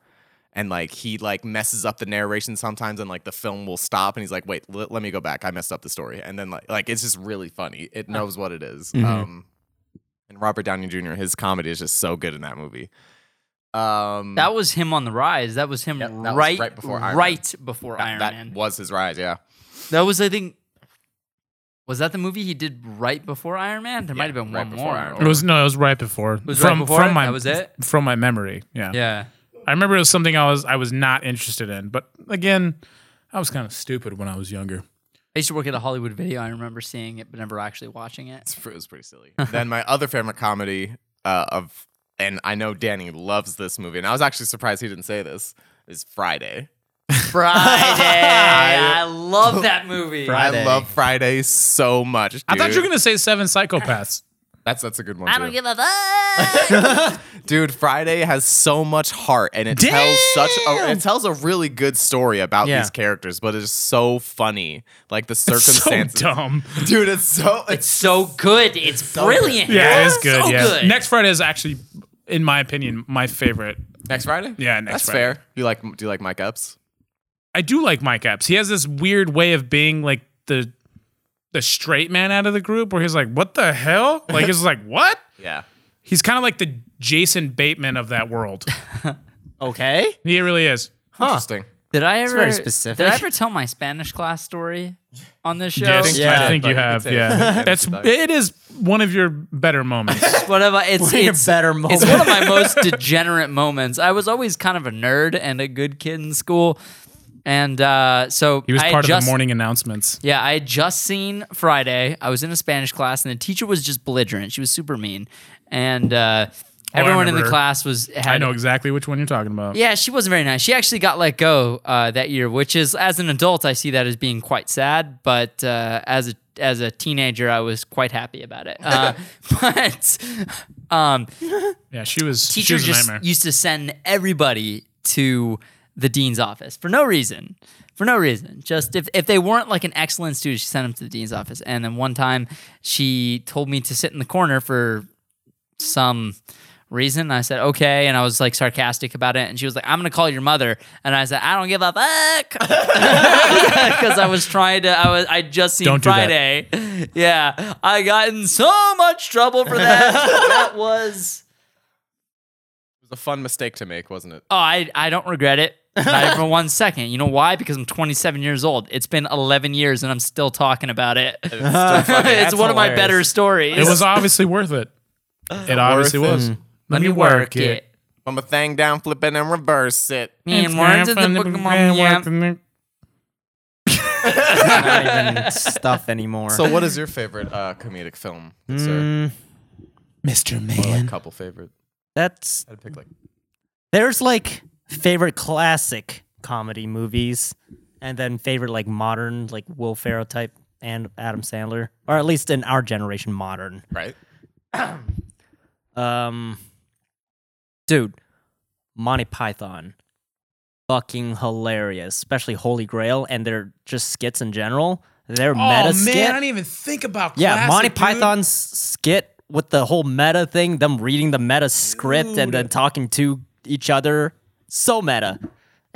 S2: and like he like messes up the narration sometimes and like the film will stop and he's like wait let- let me go back i messed up the story and then like like it's just really funny it knows what it is.
S4: Mm-hmm.
S2: um and robert downey jr his comedy is just so good in that movie um
S1: That was him on the rise. That was him
S2: Yep, that was
S1: right,
S2: right before Iron Man.
S1: right before
S2: that,
S1: Iron
S2: that
S1: Man.
S2: was his rise yeah
S1: That was, I think, was that the movie he did right before Iron Man? There might have been
S2: right
S1: one
S2: before
S1: more.
S2: Iron
S4: It was no, it was right before.
S1: was right
S4: from
S1: before
S4: from
S1: it?
S4: my
S1: That was it?
S4: from my memory. Yeah.
S1: Yeah.
S4: I remember it was something I was I was not interested in, but again, I was kind of stupid when I was younger.
S1: I used to work at a Hollywood video. I remember seeing it, but never actually watching
S2: [laughs]
S1: it.
S2: It's- it was pretty silly.
S4: [laughs]
S2: then my other favorite comedy uh, of, and I know Danny loves this movie, and I was actually surprised he didn't say this. Is Friday.
S1: Friday. I love that movie.
S3: Friday.
S2: I love Friday so much.
S4: I thought you were
S2: dude.
S4: gonna say
S1: [laughs]
S4: Seven Psychopaths.
S2: That's that's a good one.
S1: I
S2: too.
S1: don't give a fuck.
S2: [laughs] Dude, Friday has so much heart, and it tells such a it tells a really good story about
S3: Yeah.
S2: these characters, but it's so funny, like the
S4: so
S2: circumstances.
S4: dumb.
S2: Dude, it's so
S1: It's so good. It's, brilliant.
S4: Yeah, it is good.
S1: [laughs] So
S4: yeah.
S1: good.
S4: Next Friday is actually, in my opinion, my favorite.
S2: next Friday.
S4: Yeah, next
S2: that's
S4: Friday.
S2: fair. You like do you like Mike Epps?
S4: I do like Mike Epps. He has this weird way of being like the the straight man out of the group where he's like, what the hell?
S1: [laughs]
S4: Like he's like, what?
S2: Yeah,
S4: He's kind of like the Jason Bateman of that world.
S3: Okay.
S4: He really is.
S2: interesting.
S1: Did I ever?
S3: very specific.
S1: Did I ever tell my Spanish class story on this show?
S4: Yeah, I think,
S3: Yeah.
S4: I think
S2: But
S4: you
S2: you could
S4: have.
S2: say
S4: Yeah,
S2: it's
S4: that's
S2: like-
S4: it is one of your
S1: [laughs]
S4: better moments.
S1: Whatever. It's
S3: Be a
S1: it's,
S3: better
S1: [laughs]
S3: moment.
S1: it's one of
S4: [laughs]
S1: my most degenerate moments. I was always kind of a nerd and a good kid in school, and uh, so
S4: He was
S1: I had
S4: part of
S1: just-
S4: the morning announcements.
S1: Yeah, I had just seen Friday. I was in a Spanish class, and the teacher was just belligerent. She was super mean, and uh, everyone in the
S4: Oh, remember her.
S1: class was. Had,
S4: I know exactly which one you're talking about.
S1: Yeah, she wasn't very nice. She actually got let go uh, that year, which is, as an adult, I see that as being quite sad. But uh, as a as a teenager, I was quite happy about it. Uh, [laughs] but um,
S4: Yeah, she was. she
S1: teacher
S4: was a
S1: just
S4: nightmare.
S1: used to send everybody to the dean's office for no reason. For no reason. Just if, if they weren't like an excellent student, she sent them to the dean's office. And then one time she told me to sit in the corner for some reason. And I said, okay. And I was like sarcastic about it. And she was like, I'm going to call your mother. And I said, I don't give a fuck. [laughs] Because I was trying to, I was, I just seen
S4: Don't do that.
S1: Friday. Yeah. I got in so much trouble for that.
S4: [laughs]
S1: that was.
S2: was a fun mistake to make, wasn't it?
S1: Oh, I, I don't regret it. Not even for one second. You know why? Because I'm 27 years old. It's been 11 years and I'm still talking about it. it's
S2: that's
S1: one of my
S2: hilarious.
S1: better stories.
S4: It was obviously worth it. It obviously
S2: it.
S4: was.
S1: Mm. Let me work it.
S2: I'm a thing down, flipping and reverse it.
S1: Me and Warren's in the Pokemon. Yeah.
S3: Not even stuff anymore.
S2: So, what is your favorite uh, comedic film, sir?
S3: Mm, Mr.
S2: Or like
S3: Man,
S2: couple favorite?
S3: that's
S2: I'd pick like
S3: there's like favorite classic comedy movies, and then favorite like modern like Will Ferrell type and Adam Sandler, or at least in our generation modern.
S2: right.
S3: Um, dude, Monty Python, fucking hilarious, especially Holy Grail and their just skits in general. Their
S4: Oh man, I
S3: meta skit.
S4: didn't even think about.
S3: yeah,
S4: classic,
S3: Monty
S4: dude.
S3: Python's skit with the whole meta thing, them reading the meta script and then talking to each other, so meta.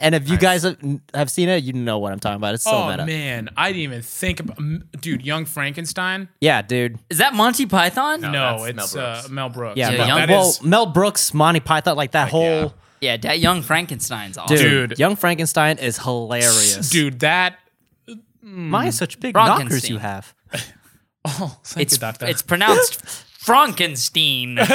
S3: And if you guys have, have seen it, you know what I'm talking about. It's so
S4: oh
S3: meta.
S4: man, I didn't even think about. m- Dude, Young Frankenstein.
S3: Yeah, dude.
S1: Is that Monty Python?
S4: No,
S2: that's
S4: it's
S2: Mel
S4: uh,
S2: Brooks.
S4: Mel Brooks.
S3: Yeah,
S1: Yeah,
S4: but
S1: Young-
S4: that
S3: well,
S4: is-
S3: Monty- Mel Brooks, Monty Python, like that whole
S2: yeah.
S1: Yeah, that young Frankenstein's awesome.
S3: dude,
S4: Dude.
S3: Young Frankenstein is hilarious.
S4: dude, that. [laughs]
S3: My such big
S1: Frankenstein.
S3: knockers you have.
S4: Oh, thank
S1: it's
S4: you, Doctor.
S1: it's pronounced Frankenstein.
S3: [laughs]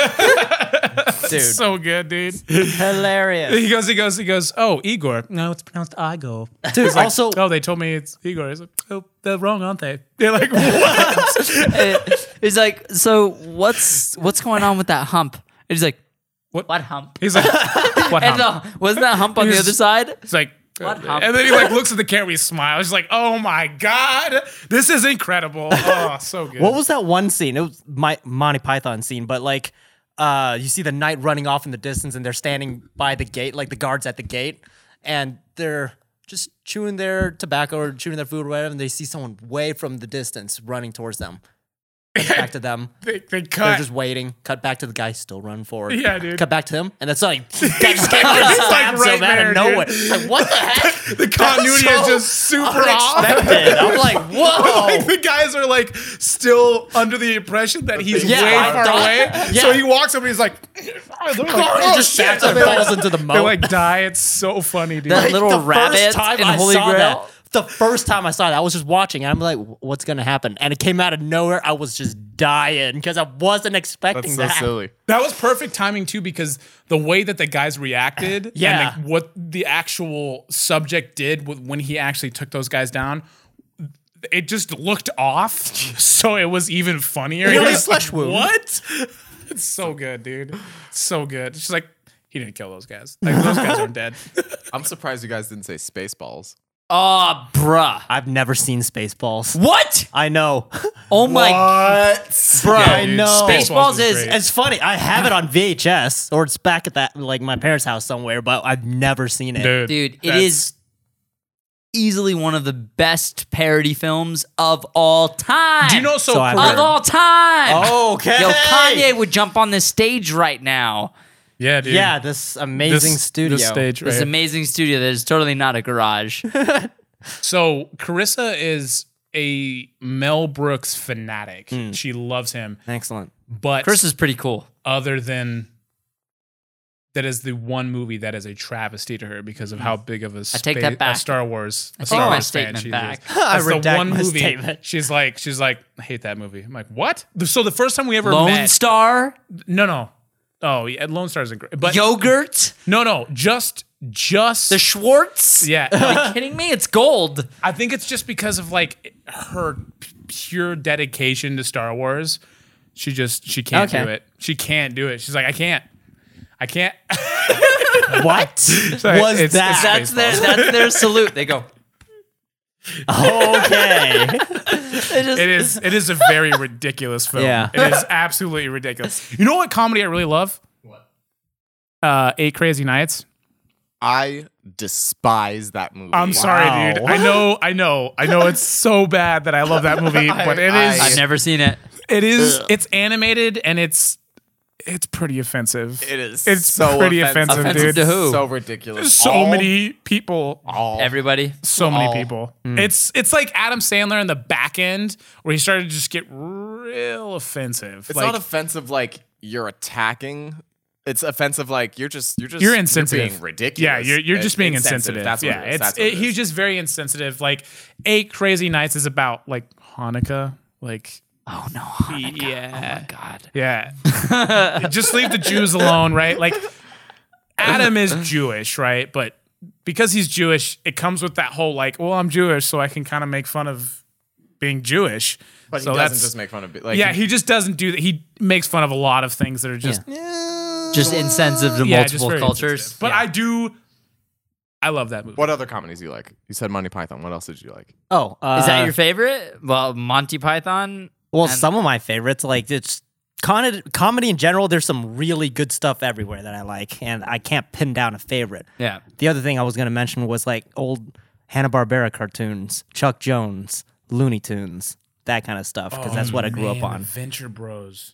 S3: Dude,
S4: so good, dude.
S3: hilarious.
S4: [laughs] He goes, he goes, he goes. Oh, Igor. No, it's pronounced
S3: [laughs]
S4: Igor.
S3: Dude, also
S4: Oh, they told me it's Igor. He's like, oh, they're wrong, aren't they? They're like, [laughs] what?
S1: He's like, so what's what's going on with that hump? And he's like, what,
S4: What-
S1: hump?
S4: He's like, what?
S1: And
S4: happened?
S1: the, [laughs] wasn't that hump on the
S4: He's-
S1: other side?
S4: It's like, "Oh,
S1: What
S4: and then he like looks at the camera, he smiles. He's like, oh my god, this is
S3: [laughs]
S4: incredible. Oh, so good.
S3: what was that one scene? It was my Monty Python scene, but like uh you see the knight running off in the distance and they're standing by the gate, like the guards at the gate, and they're just chewing their tobacco or chewing their food or whatever, and they see someone way from the distance running towards them. Cuts back to them.
S4: [laughs] they, they
S3: They're
S4: cut?
S3: just waiting. Cut back to the guy still running forward.
S4: Yeah, dude.
S3: Cut back to him, and that's
S4: [laughs]
S3: like [laughs]
S4: It's like- it's like right
S3: out
S4: there,
S3: of
S4: dude.
S3: nowhere. [laughs] It's Like what the heck?
S4: The [laughs] continuity is just super off. [laughs]
S3: Unexpected. I'm like, whoa.
S4: Like the guys are like still under the impression that he's
S3: Yeah,
S4: way
S3: I
S4: far
S3: thought-
S4: away.
S3: [laughs] yeah.
S4: So he walks up and he's like, they're like, oh,
S3: He just
S4: shit.
S3: shouts and
S4: They're like-
S3: falls into the
S4: They
S3: moat. [laughs]
S4: like die. It's so funny, dude.
S1: That little rabbit
S3: first time
S1: in
S3: I
S1: Holy
S3: saw
S1: Grail.
S3: that- the first time I saw that, I was just watching. And I'm like, "Wh- what's gonna happen? And it came out of nowhere. I was just dying because I wasn't expecting
S2: That's so
S3: that.
S2: silly.
S4: That was perfect timing too, because the way that the
S3: [sighs]
S4: guys reacted,
S3: Yeah.
S4: and like what the actual subject did with, when he actually took those guys down, it just looked off.
S3: [laughs]
S4: So it was even funnier.
S3: Really
S4: You're just
S3: flesh
S4: like,
S3: wound.
S4: What? [laughs] It's so good, dude. So good. She's like, he didn't kill those guys. Like those guys
S3: [laughs]
S4: aren't dead.
S2: I'm surprised you guys didn't say Spaceballs.
S1: Oh, bruh.
S3: I've never seen Spaceballs.
S1: What?
S3: I know,
S1: Oh my
S2: What?
S3: bro.
S4: Yeah,
S3: I
S4: dude.
S3: know.
S4: Spaceballs
S1: Spaceballs
S4: is
S1: is
S4: great.
S3: It's funny. I have it on VHS, or it's back at that like my parents' house somewhere, but I've never seen it.
S1: dude it
S4: that's-
S1: is easily one of the best parody films of all time
S4: Do you know Oh, so,
S3: So I've
S1: of
S3: heard.
S1: all time
S3: Okay.
S1: yo kanye would jump on this stage right now
S4: Yeah, dude.
S3: Yeah, this amazing
S4: this
S3: studio.
S4: stage right
S1: this amazing studio that is totally not a garage
S4: So Carissa is a Mel Brooks fanatic.
S3: Hmm.
S4: She loves him,
S3: Excellent.
S4: but
S1: chris is pretty
S4: [laughs]
S1: cool
S4: other than that is the one movie that is a travesty to her because of how big of a, spa-
S1: Mm. take that
S4: a
S1: back.
S4: Star Wars a
S1: my
S4: Star Wars fan
S1: statement
S4: she
S1: back. [laughs]
S4: is. That's the
S3: redact
S4: one
S3: my
S4: movie
S3: statement.
S4: she's like she's like I hate that movie. I'm like what? So the first time we ever
S1: lone
S4: met
S1: star
S4: no no oh yeah Lone Star isn't great but
S1: yogurt
S4: no no just just
S1: the schwartz [laughs]
S4: yeah
S1: are you kidding me it's gold
S4: I think it's just because of like her p- pure dedication to Star Wars. She just she can't
S3: Okay.
S4: do it. She can't do it. She's like I can't. I can't.
S3: What was
S4: [laughs] it's-
S3: that?
S1: that's
S4: it's-
S1: their that's [laughs] their salute they go
S3: okay.
S1: they just,
S4: It is it is a very ridiculous film.
S3: Yeah.
S4: It is absolutely ridiculous. You know what comedy I really love? What? Uh, Eight Crazy Nights.
S2: I despise that movie.
S4: I'm sorry, dude. I know, I know, I know. It's so bad that
S2: [laughs]
S4: I love that movie, but it is
S2: I-
S1: i've never seen it
S4: it is it's animated and it's it's pretty offensive.
S2: It is.
S4: It's
S2: so
S4: pretty
S2: offensive,
S4: offensive,
S1: Offensive
S4: dude.
S1: to who?
S2: So ridiculous.
S4: So
S2: All-
S4: many people.
S2: all-
S1: Everybody.
S4: so many
S2: all.
S4: people.
S1: Hmm.
S4: It's it's like Adam Sandler in the back end where he started to just get real offensive.
S2: It's
S4: like,
S2: not offensive like you're attacking. It's offensive like you're just you're just
S4: You're insensitive.
S2: being ridiculous.
S4: Yeah, you're, you're
S2: It-
S4: just being insensitive.
S2: That's what
S4: yeah,
S2: it is.
S4: it's
S2: That's what
S4: it- he was just very insensitive. Like eight crazy nights is about like Hanukkah. Like
S1: Oh no. Hanukkah.
S4: yeah,
S1: Oh God.
S4: yeah. [laughs] just leave the Jews alone, right? Like Adam is Jewish, right? But because he's Jewish, it comes with that whole like, well, I'm Jewish, so I can kind of make fun of being Jewish.
S2: But
S4: so
S2: he
S4: that's
S2: doesn't just make fun of it. Like,
S4: yeah, he just doesn't do that. He makes fun of a lot of things that are just
S1: Just insensitive to
S4: yeah, just
S1: multiple
S4: very
S1: cultures.
S4: insensitive. But
S1: Yeah.
S4: I do, I love that movie.
S2: What other comedies do you like? You said Monty Python. What else did you like?
S3: [laughs] Oh, uh,
S1: Is that your favorite? Well, Monty Python.
S3: Well,
S1: And-
S3: some of my favorites, like it's con- comedy in general. There's some really good stuff everywhere that I like, and I can't pin down a favorite.
S1: Yeah.
S3: The other thing I was gonna mention was like old Hanna Barbera cartoons, Chuck Jones, Looney Tunes, that kind of stuff, because that's what I grew up
S4: Oh,
S3: on.
S4: Venture Bros.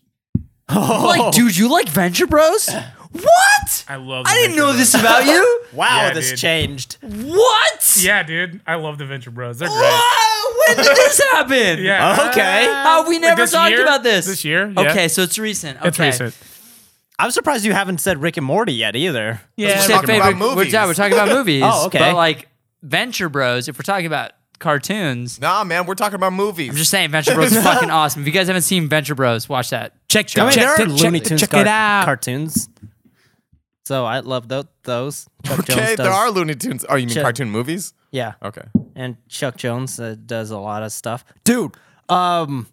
S1: Like, dude, you like Venture Bros? What?
S4: Oh. I love.
S1: I
S4: the
S1: didn't
S4: Venture
S1: know
S4: Bros.
S1: this about
S4: [laughs]
S1: you.
S3: Wow,
S4: Yeah,
S3: this
S4: dude.
S3: changed.
S1: What?
S4: Yeah, dude, I love the Venture Bros. They're great.
S1: Whoa, when did
S4: [laughs]
S1: this happen?
S4: Yeah.
S3: Uh, Okay.
S1: How we never
S4: this
S1: talked
S4: year?
S1: about this
S4: This year? Yeah.
S1: Okay, so it's recent. Okay.
S4: It's recent.
S3: I'm surprised you haven't said Rick and Morty yet either.
S1: You
S4: Yeah,
S1: said
S2: talking
S1: favorite-
S2: about
S1: We're, yeah, we're talking
S4: [laughs]
S1: about movies.
S3: Oh, okay.
S1: But like Venture Bros, if we're talking about cartoons,
S2: Nah, man, we're talking about movies.
S1: I'm just saying Venture Bros
S4: [laughs]
S1: is fucking awesome. If you guys haven't seen Venture Bros, watch that. Check check
S3: I mean,
S1: check,
S3: there are
S1: check,
S3: Looney
S1: check,
S3: Tunes
S1: check
S3: car-
S1: it out.
S3: cartoons, so I love tho- those. Chuck
S2: okay,
S3: Jones does,
S2: there are Looney Tunes. Oh, you mean
S3: Shit.
S2: cartoon movies?
S3: yeah.
S2: Okay.
S3: and Chuck Jones uh, does a lot of stuff. Dude, um,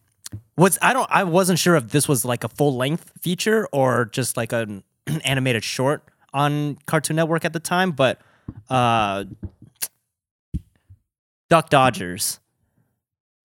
S3: what's I don't I wasn't sure if this was like a full length feature or just like an [clears throat] animated short on Cartoon Network at the time, but uh, Duck Dodgers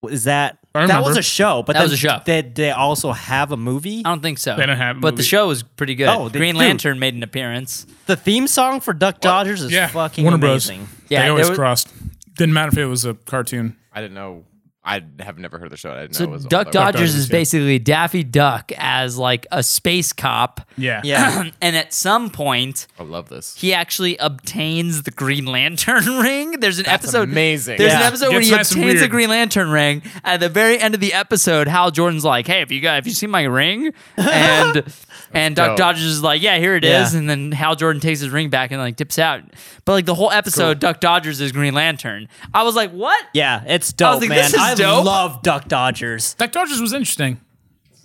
S3: is that
S4: I
S3: that
S4: remember.
S3: was a show, but
S1: That
S3: then
S1: was a show. Um,
S3: They they also have a movie.
S1: I don't think so.
S4: They don't have a
S1: but the
S4: movie.
S1: show was pretty good.
S3: Oh, they-
S1: Green
S3: dude.
S1: Lantern made an appearance.
S3: The theme song for Duck Dodgers is
S4: Yeah.
S3: fucking
S4: Warner Bros.
S3: amazing.
S1: Yeah,
S4: they
S1: there
S4: always
S1: was-
S4: crossed. Didn't matter if it was a cartoon.
S2: I didn't know. I have never heard of the show. I didn't
S1: So
S2: know it was all
S1: Duck
S2: about-
S1: Dodgers
S4: Dodgers,
S1: is
S4: yeah.
S1: basically Daffy Duck as like a space cop.
S4: Yeah.
S3: Yeah,
S1: [clears throat] and at some point,
S2: I love this.
S1: he actually obtains the Green Lantern [laughs] ring. There's an episode.
S2: amazing.
S1: There's an
S3: Yeah.
S1: episode where
S4: Gets
S1: he
S4: nice and
S1: obtains a
S4: weird.
S1: Green Lantern ring. At the very end of the episode, Hal Jordan's like, "Hey, have you got? Have you seen my
S3: [laughs]
S1: ring?" And and Doc
S2: dope.
S1: Dodgers is like, "Yeah, here it is."
S3: Yeah.
S1: And then Hal Jordan takes his ring back and like dips out. But like the whole episode, Duck Dodgers is Green Lantern. I was like, "What?"
S3: yeah, it's dope,
S1: like,
S3: man.
S1: this is
S3: I
S1: dope.
S3: love Duck Dodgers.
S4: Duck Dodgers was interesting.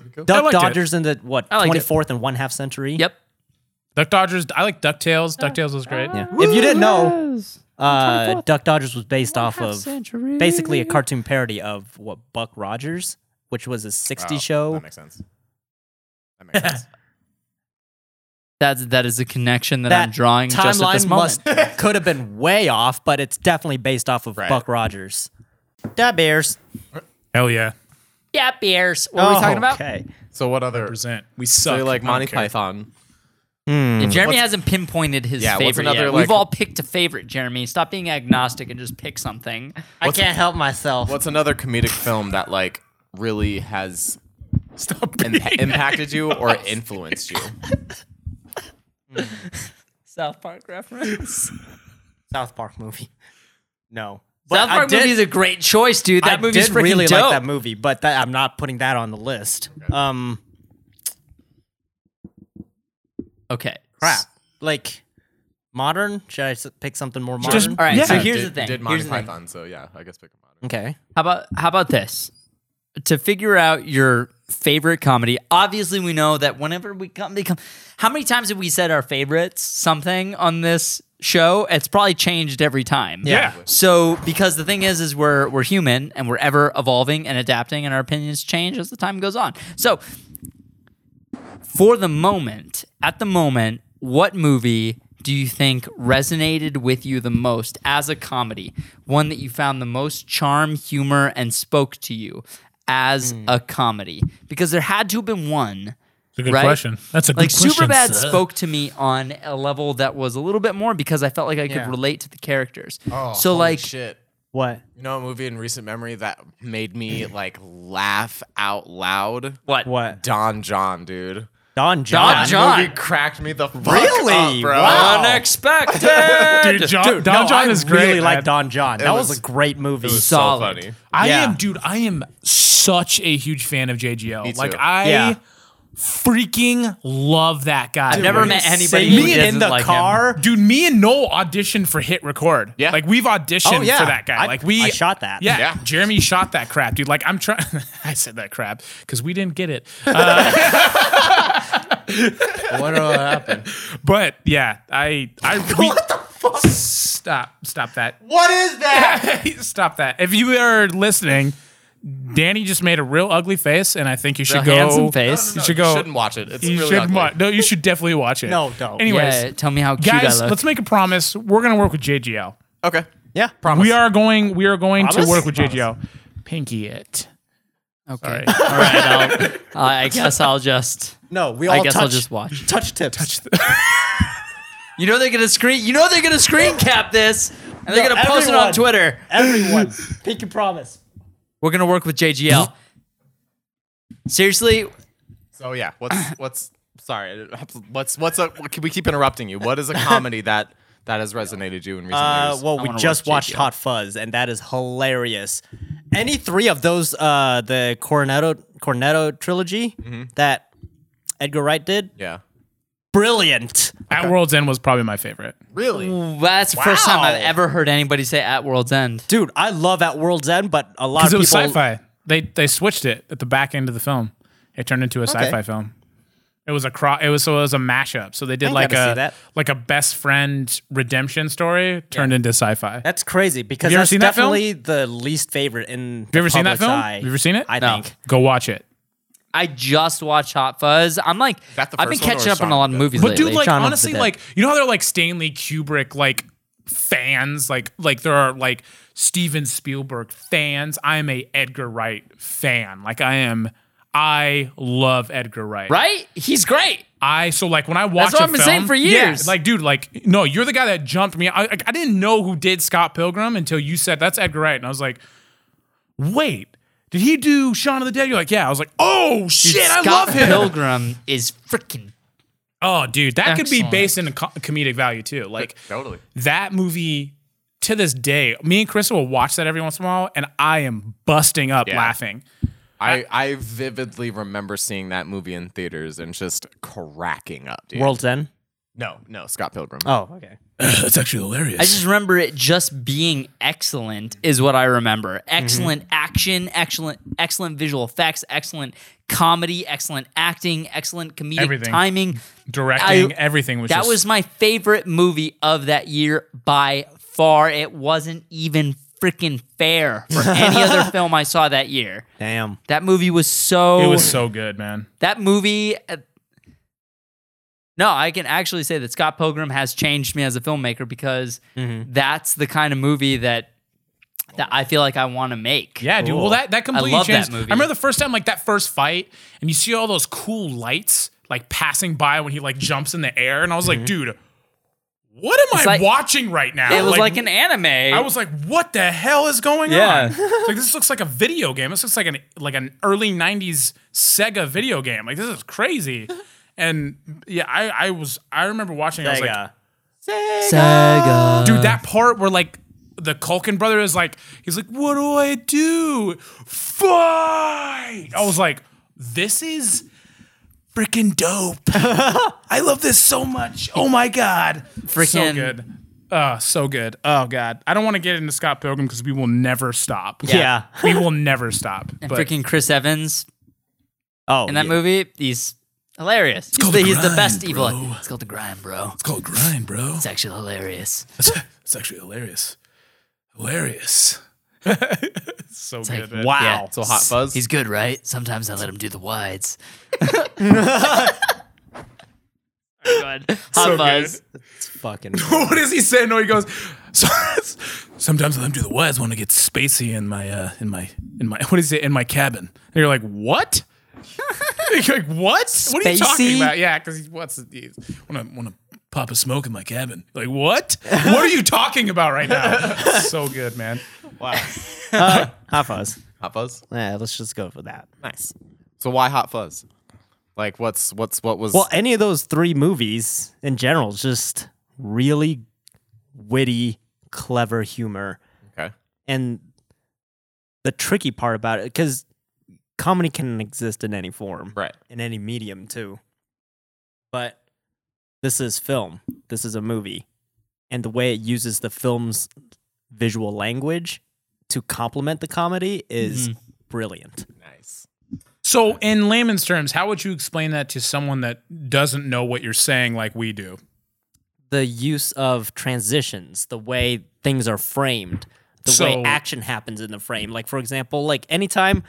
S4: I
S3: Duck
S4: liked it.
S3: Dodgers in the what
S1: liked
S3: twenty
S1: it.
S3: fourth and one half century.
S1: Yep.
S4: Duck Dodgers. I like DuckTales. DuckTales was great.
S3: Yeah. If you didn't know, uh, Duck Dodgers was based off of basically a cartoon parody of what Buck Rogers, which was a '60s
S2: Wow,
S3: show.
S2: That makes sense. That makes [laughs] sense.
S1: That's that is a connection that, I'm drawing just at this
S3: timeline
S1: moment.
S3: must could have been way off, but it's definitely based off of
S2: Right.
S3: Buck Rogers. Da Bears. Oh,
S4: Hell yeah.
S1: Yeah, beers. What are we talking about?
S3: Okay.
S2: So what other?
S4: Present. We
S2: So
S4: suck.
S2: you like
S4: I don't
S2: Monty
S4: care.
S2: Python?
S1: If Jeremy hasn't pinpointed his
S2: Yeah, what's
S1: favorite
S2: another,
S1: yet,
S2: like-
S1: we've all picked a favorite. Jeremy, stop being agnostic and just pick something.
S3: I can't help myself.
S2: What's another comedic film that like really [laughs] has
S4: Stop
S2: imp-
S4: being-
S2: impacted you or influenced [laughs] you?
S1: South Park reference.
S3: South Park movie? [laughs] No.
S1: South Park movie is a great choice, dude. That
S3: I
S1: movie's
S3: did
S1: freaking
S3: really
S1: dope.
S3: like that movie, but that, I'm not putting that on the list. Um,
S1: Okay,
S3: crap. Like modern? Should I s- pick something more modern?
S4: Just-
S1: All right.
S4: Yeah.
S1: So
S4: Yeah,
S1: here's
S2: did,
S1: the thing.
S2: Did Monty
S1: here's the thing.
S2: Python? So yeah, I guess pick a modern.
S3: okay.
S1: How about how about this? To figure out your favorite comedy, obviously we know that whenever we come, they come. How many times have we said our favorites something on this show? It's probably changed every time.
S4: Yeah.
S1: So because the thing is, is we're we're human and we're ever evolving and adapting, and our opinions change as the time goes on. So for the moment, at the moment, what movie do you think resonated with you the most as a comedy? One that you found the most charm, humor, and spoke to you as
S4: Hmm.
S1: a comedy? Because there had to have been one.
S4: That's a good
S1: Right?
S4: question. That's a good
S1: Like
S4: question.
S1: Superbad
S4: sir.
S1: spoke to me on a level that was a little bit more because I felt like I could
S3: Yeah.
S1: relate to the characters.
S2: Oh,
S1: so like
S2: shit.
S3: What?
S2: You know a movie in recent memory that [laughs] made me like laugh out loud?
S1: what?
S3: What?
S2: Don John, dude.
S3: Uh, Don John.
S1: Don
S2: That
S1: John.
S2: movie cracked me the fuck
S3: Really?
S2: up, bro.
S3: Wow.
S1: Unexpected.
S4: Dude, John, Don
S3: No,
S4: John
S3: I
S4: is great.
S3: really like
S4: man.
S3: Don John. That was,
S2: was-
S3: a great movie.
S2: So
S1: Solid.
S2: funny.
S4: I
S3: Yeah.
S4: am, dude. I am such a huge fan of JGL.
S2: Me too.
S4: Like I
S3: Yeah.
S4: freaking love that guy.
S1: I've never
S4: Dude,
S1: met anybody
S3: Say
S1: who
S4: me
S1: doesn't
S3: in the
S1: like him.
S3: car.
S4: Dude, me and Noel auditioned for Hit Record.
S2: Yeah.
S4: like we've auditioned
S3: Oh, yeah.
S4: for that guy.
S3: I-
S4: like we
S3: I shot that.
S4: Yeah,
S2: Yeah.
S4: Jeremy shot that crap, dude. Like I'm trying. [laughs] I said that crap because we didn't get it.
S3: I wonder what happened.
S4: But yeah, I I re- what the fuck? Stop! Stop that!
S2: [laughs] What is that?
S4: [laughs] Stop that! If you are listening, Danny just made a real ugly face, and I think you should
S1: The
S4: go.
S1: handsome face.
S4: You should go.
S2: shouldn't watch it. It's
S4: you
S2: really
S4: should
S2: ugly.
S4: wa- No, you should definitely watch it.
S3: No, don't.
S4: Anyways,
S1: Yeah, tell me how cute
S4: guys,
S1: I look.
S4: let's make a promise. We're gonna work with JGL.
S2: Okay.
S3: Yeah, promise.
S4: We are going. We are going
S3: Promise?
S4: to work with JGL. Pinky it.
S1: okay.
S4: All right.
S1: All right.
S4: [laughs]
S1: I'll, I guess I'll just.
S3: No, we all
S1: I guess
S3: touch,
S1: I'll just watch.
S3: touch tips. [laughs] Touch
S1: You know they're gonna screen. You know they're gonna screen cap this, and they're
S3: No,
S1: gonna post it on
S3: everyone.
S1: Twitter.
S3: Everyone, pinky promise.
S1: We're gonna work with JGL. Seriously,
S2: So yeah, what's what's sorry, what's what's a can we keep interrupting you? What is a comedy that that has resonated you in recent
S3: Uh,
S2: years?
S3: well,
S1: I
S3: we
S1: wanna
S3: just
S1: watch
S3: watched
S1: JGL.
S3: Hot Fuzz, and that is hilarious. Any three of those, uh, the Coronado Cornetto trilogy that Edgar Wright did,
S2: yeah.
S3: brilliant.
S4: At World's End was probably my favorite.
S1: Mm.
S2: Really?
S1: that's the first time I've
S3: Wow.
S1: ever heard anybody say "At World's End."
S3: Dude, I love At World's End, but a lot of
S4: because it
S3: people.
S4: was sci-fi. They they switched it at the back end of the film. It turned into a sci-fi film. It was a cro- It was so it was a mashup. So they did
S3: I
S4: like
S3: gotta see
S4: a
S3: that.
S4: like a best friend redemption story turned into sci-fi.
S3: That's crazy because
S4: Have you ever
S3: that's
S4: seen that film?
S3: definitely the least favorite in. Have
S4: you ever seen that film? Have you ever seen it?
S3: I
S1: No.
S3: think.
S4: Go watch it.
S1: I just watched Hot Fuzz. I'm like,
S2: that the
S1: I've been
S2: first one
S1: catching
S2: or
S1: up on
S2: Shaun
S1: a
S2: of
S1: lot of
S2: the Dead?
S1: movies
S4: But
S1: lately.
S4: dude, like
S3: Shaun of the
S4: honestly,
S3: Dead.
S4: like you know how they're like Stanley Kubrick like fans, like like there are like Steven Spielberg fans. I am a Edgar Wright fan. Like I am. I love Edgar Wright.
S1: right? He's great.
S4: I so like when I watch
S1: what
S4: a
S1: I've been saying
S4: film-
S1: for
S4: Yeah,
S1: years.
S4: like dude, like no, you're the guy that jumped me. I like, I didn't know who did Scott Pilgrim until you said that's Edgar Wright, and I was like, wait, did he do Shaun of the Dead? You're like, yeah. I was like, oh shit,
S1: Dude,
S4: I
S1: Scott
S4: love him.
S1: Pilgrim is freaking
S4: Oh dude, that could be
S1: Excellent.
S4: based in a co- comedic value too. Like
S2: Totally.
S4: that movie to this day, me and Chris will watch that every once in a while, and I am busting up
S2: Yeah.
S4: laughing.
S2: I, I vividly remember seeing that movie in theaters and just cracking up, dude.
S3: World's End.
S2: no, no, Scott Pilgrim.
S3: Oh, okay.
S4: That's actually hilarious.
S1: I just remember it just being excellent is what I remember.
S4: Mm-hmm.
S1: Excellent action, excellent excellent visual effects, excellent comedy, excellent acting, excellent comedic
S4: Everything.
S1: timing.
S4: Directing
S1: I-
S4: everything was
S1: that
S4: just,
S1: was my favorite movie of that year by far. It wasn't even freaking fair for
S4: [laughs]
S1: any other film I saw that year.
S3: Damn.
S1: That movie was so
S4: it was so good, man.
S1: that movie uh, no i can actually say that scott pilgrim has changed me as a filmmaker because
S4: Mm-hmm.
S1: that's the kind of movie that that i feel like i want to make
S4: Yeah, dude. Well,
S3: Cool.
S4: that that completely
S1: love that
S4: changed.
S1: movie.
S4: I remember the first time, like that first fight, and you see all those cool lights like passing by when he like jumps in the air, and I was
S1: Mm-hmm.
S4: like, dude, what am I
S1: like-
S4: watching right now?
S1: it was like, an anime
S4: I was like, what the hell is going
S1: Yeah. [laughs]
S4: on? It's like this looks like a video game. This looks like an like an early '90s Sega video game. Like this
S1: [laughs]
S4: is crazy. And yeah, I I was I remember watching. I was like,
S3: Sega.
S1: sega
S4: dude that part where like the Culkin brother is like he's like what do I do fight I was like this is freaking
S1: [laughs]
S4: dope I love this so much oh my god so
S1: Freaking-
S4: good uh so good oh god I don't want to get into Scott Pilgrim because we will never stop
S3: Yeah.
S4: we will never stop
S1: and
S4: but
S1: freaking chris evans
S3: Oh,
S1: in that
S3: yeah.
S1: movie he's hilarious he's,
S4: called
S1: the,
S4: The
S1: he's the
S4: Grind,
S1: best evil
S4: bro.
S1: it's called the grind bro
S4: it's called grind bro
S1: it's actually hilarious
S4: it's, actually hilarious hilarious [laughs] so
S1: like,
S4: good man.
S3: Wow.
S1: Yeah.
S2: so Hot Fuzz.
S1: he's good right sometimes i let him do the
S4: [laughs]
S1: wides [laughs] Good. Hot
S4: So
S1: Fuzz.
S4: good.
S3: Fucking. [laughs]
S4: [laughs] what does he say? No, he goes. "So- Sometimes I'm do the wise when I get spacey in my uh, in my in my [laughs] what is it in my cabin? And you're like, what? [laughs] you're like, what? What are you
S1: Spacey?
S4: talking about? Yeah, because he wants to want to want to pop a smoke in my cabin. Like, what? what are you talking about right now? [laughs] so good, man.
S3: Hot Fuzz. Uh,
S2: Hot Fuzz?
S3: Yeah, let's just go for that.
S2: Nice. So why Hot Fuzz? Like what's what's what was
S3: Well, any of those three movies in general is just really witty, clever humor.
S2: Okay.
S3: And the tricky part about it, because comedy can exist in any form,
S2: right?
S3: in any medium too. But this is film, this is a movie. And the way it uses the film's visual language to complement the comedy is
S4: Mm-hmm.
S3: brilliant.
S2: Nice.
S4: So, in layman's terms, how would you explain that to someone that doesn't know what you're saying like we do?
S3: the use of transitions, the way things are framed, the way
S4: So-
S3: action happens in the frame. Like for example, like anytime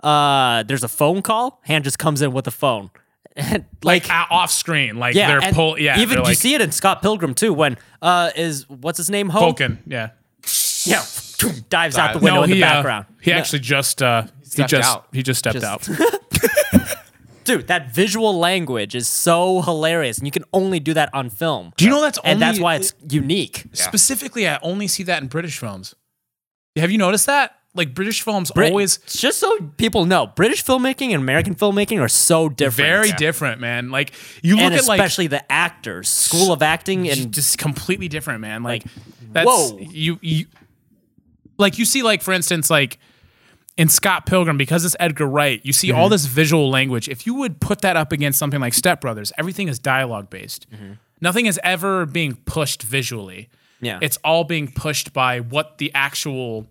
S3: uh, there's a phone call, hand just comes in with a phone. [laughs] And, like
S4: Uh, off screen, like
S3: yeah,
S4: they're
S3: and
S4: pull, yeah,
S3: even
S4: they're
S3: you
S4: like
S3: see it in Scott Pilgrim too. When uh, is what's his name? Hope
S4: Vulcan, yeah.
S3: yeah, dives out the window in the
S4: uh,
S3: background.
S4: he
S3: No,
S4: actually just uh, he,
S2: stepped
S4: just
S2: out.
S4: he just
S3: [laughs]
S4: stepped
S3: Just-
S4: out.
S3: dude, that visual language is so hilarious, and you can only do that on film.
S4: Do you know that's
S3: and that's
S4: only-
S3: why it's unique.
S4: Specifically, I only see that in British films. Have you noticed that? Like British films
S3: Brit-
S4: always
S3: just so people know, British filmmaking and American filmmaking are so different.
S4: very different, man. Like you look
S3: and
S4: at like
S3: especially the actors, school of acting,
S4: j-
S3: and
S4: just completely different, man. Like,
S3: Like,
S4: that's
S3: whoa.
S4: you you like you see like for instance like in Scott Pilgrim because it's Edgar Wright, you see
S3: Mm-hmm.
S4: all this visual language. If you would put that up against something like Step Brothers, everything is dialogue based.
S3: Mm-hmm.
S4: Nothing is ever being pushed visually.
S3: yeah,
S4: It's all being pushed by what the actual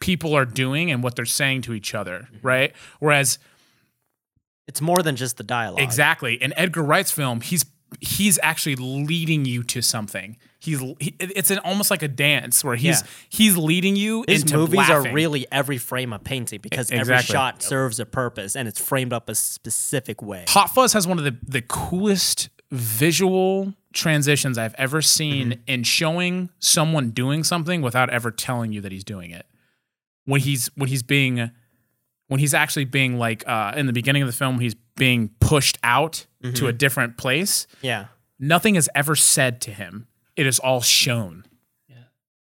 S4: people are doing and what they're saying to each other,
S3: Mm-hmm.
S4: right? Whereas
S3: it's more than just the dialogue.
S4: Exactly. In Edgar Wright's film, he's he's actually leading you to something. He's he, it's an, almost like a dance where he's
S3: Yeah.
S4: he's leading you
S3: These
S4: into
S3: movies
S4: laughing.
S3: are really every frame a painting because every
S4: Exactly.
S3: shot serves a purpose and it's framed up a specific way.
S4: Hot Fuzz has one of the the coolest visual transitions I've ever seen
S3: Mm-hmm.
S4: in showing someone doing something without ever telling you that he's doing it. When he's when he's being when he's actually being like uh, in the beginning of the film, he's being pushed out to a
S3: Mm-hmm.
S4: different place.
S3: Yeah,
S4: nothing is ever said to him. It is all shown.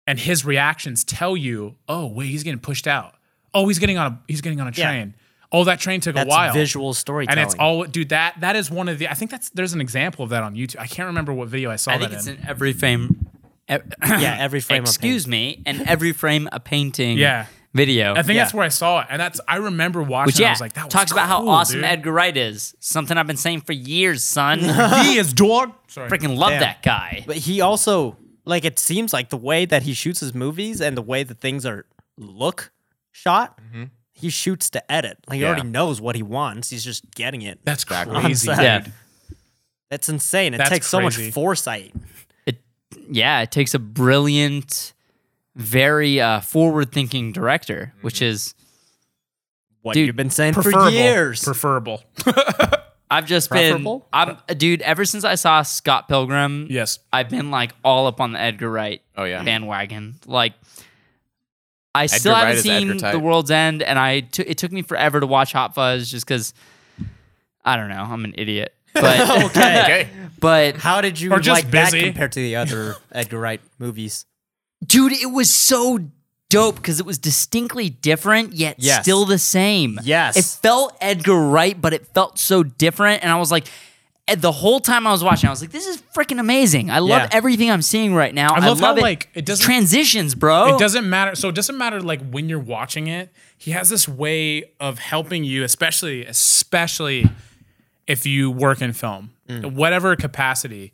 S4: And his reactions tell you, oh wait, he's getting pushed out. Oh, he's getting on a he's getting on a
S3: Yeah.
S4: train. Oh, that train took
S3: that's
S4: a while.
S3: visual storytelling.
S4: and it's all dude, that that is one of the I think that's there's an example of that on YouTube. I can't remember what video I saw
S1: I
S4: that
S1: think it's
S4: in.
S1: in every frame. e-,
S4: [coughs]
S3: yeah, every frame.
S1: excuse
S3: a
S1: me, and every frame a painting.
S4: Yeah.
S1: video.
S4: I think
S3: yeah.
S4: that's where I saw it. And that's I remember watching
S1: Which
S4: it. I
S1: yeah,
S4: was like, that was
S1: talks about how
S4: cool,
S1: awesome
S4: dude.
S1: Edgar Wright is. Something I've been saying for years, son. [laughs]
S4: [laughs] he is dog. Sorry.
S1: Freaking love
S3: Damn.
S1: that guy.
S3: But he also like it seems like the way that he shoots his movies and the way that things are look shot.
S4: Mm-hmm.
S3: He shoots to edit. Like he
S2: Yeah.
S3: already knows what he wants. He's just getting it.
S4: That's
S2: Exactly.
S4: crazy.
S3: On
S4: dude.
S1: set.
S3: That's insane. It
S4: That's
S3: takes so much
S4: crazy.
S3: foresight.
S1: It, yeah, it takes a brilliant, very uh, forward-thinking director, which
S4: Mm-hmm.
S1: is
S3: What
S1: Dude,
S3: you've been saying
S4: Preferable.
S3: for years.
S4: Preferable.
S1: I've just
S3: Preferable?
S1: been. I'm dude. Ever since I saw Scott Pilgrim,
S4: yes.
S1: I've been like all up on the Edgar Wright
S2: Oh yeah.
S1: bandwagon. Like, I still
S2: Wright
S1: haven't
S2: is Edgar
S1: seen
S2: type.
S1: The World's End, and I t- it took me forever to watch Hot Fuzz just because I don't know. I'm an idiot,
S3: [laughs]
S4: [laughs]
S1: but
S3: [laughs] okay.
S2: Okay.
S1: but
S3: How did you
S4: Or just
S3: like that
S4: busy.
S3: compared to the
S4: [laughs]
S3: other Edgar Wright movies?
S1: dude, it was so dope because it was distinctly different yet
S3: Yes.
S1: still the same.
S3: Yes.
S1: it felt Edgar Wright, but it felt so different, and I was like. and The whole time I was watching, I was like, "This is freaking amazing! I love
S3: Yeah.
S1: everything I'm seeing right now. I
S4: love how,
S1: it.
S4: like, it doesn't-
S1: transitions, bro.
S4: It doesn't matter. So it doesn't matter like when you're watching it. He has this way of helping you, especially especially if you work in film, whatever capacity.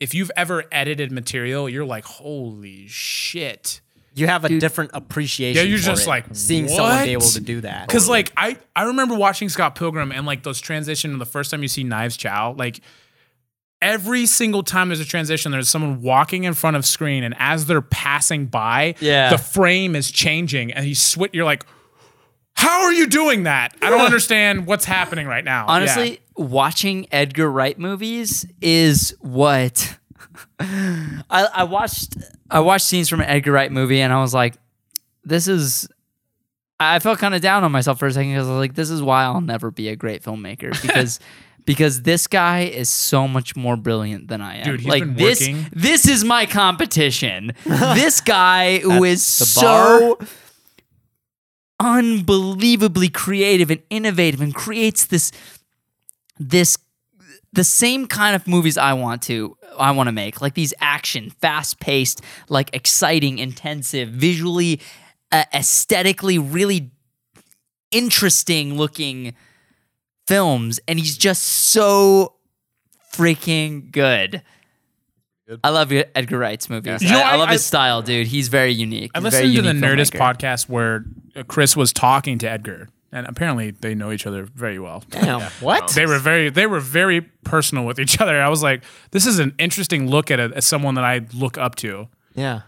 S4: If you've ever edited material, you're like, holy shit.
S3: You have a different appreciation.
S4: Yeah, you're
S3: for
S4: just
S3: it,
S4: like,
S3: seeing someone be
S4: "What?"
S3: able to do that.
S4: Because like I, I remember watching Scott Pilgrim and like those transition the first time you see Knives Chow, like every single time there's a transition, there's someone walking in front of screen, and as they're passing by,
S1: Yeah.
S4: the frame is changing, and you switch. You're like, how are you doing that?
S1: [laughs]
S4: I don't understand what's happening right now. Yeah.
S1: Honestly, watching Edgar Wright movies is what [laughs] I, I watched. I watched scenes from an Edgar Wright movie, and I was like, "This is." I felt kind of down on myself for a second because I was like, "This is why I'll never be a great
S4: [laughs]
S1: filmmaker because." Because this guy is so much more brilliant than I am.
S4: Dude, he's
S1: like
S4: been
S1: this,
S4: working-
S1: this is my
S3: [laughs]
S1: competition. this guy who is
S3: the bar.
S1: so unbelievably creative and innovative and creates this this the same kind of movies I want to I want to make like these action fast paced like exciting intensive visually uh, aesthetically really interesting looking films and he's just so freaking good. I love Edgar Wright's movies.
S4: You know,
S1: I, I
S4: I-
S1: love his
S4: I-
S1: style, dude. He's very unique.
S4: I
S1: He's a very
S4: listened to
S1: unique
S4: the Nerdist
S1: filmmaker.
S4: podcast where uh, Chris was talking to Edgar, and apparently they know each other very well.
S3: Damn, what?
S4: They were very they were very personal with each other. I was like, this is an interesting look at, a, at someone that I look up to,
S3: Yeah.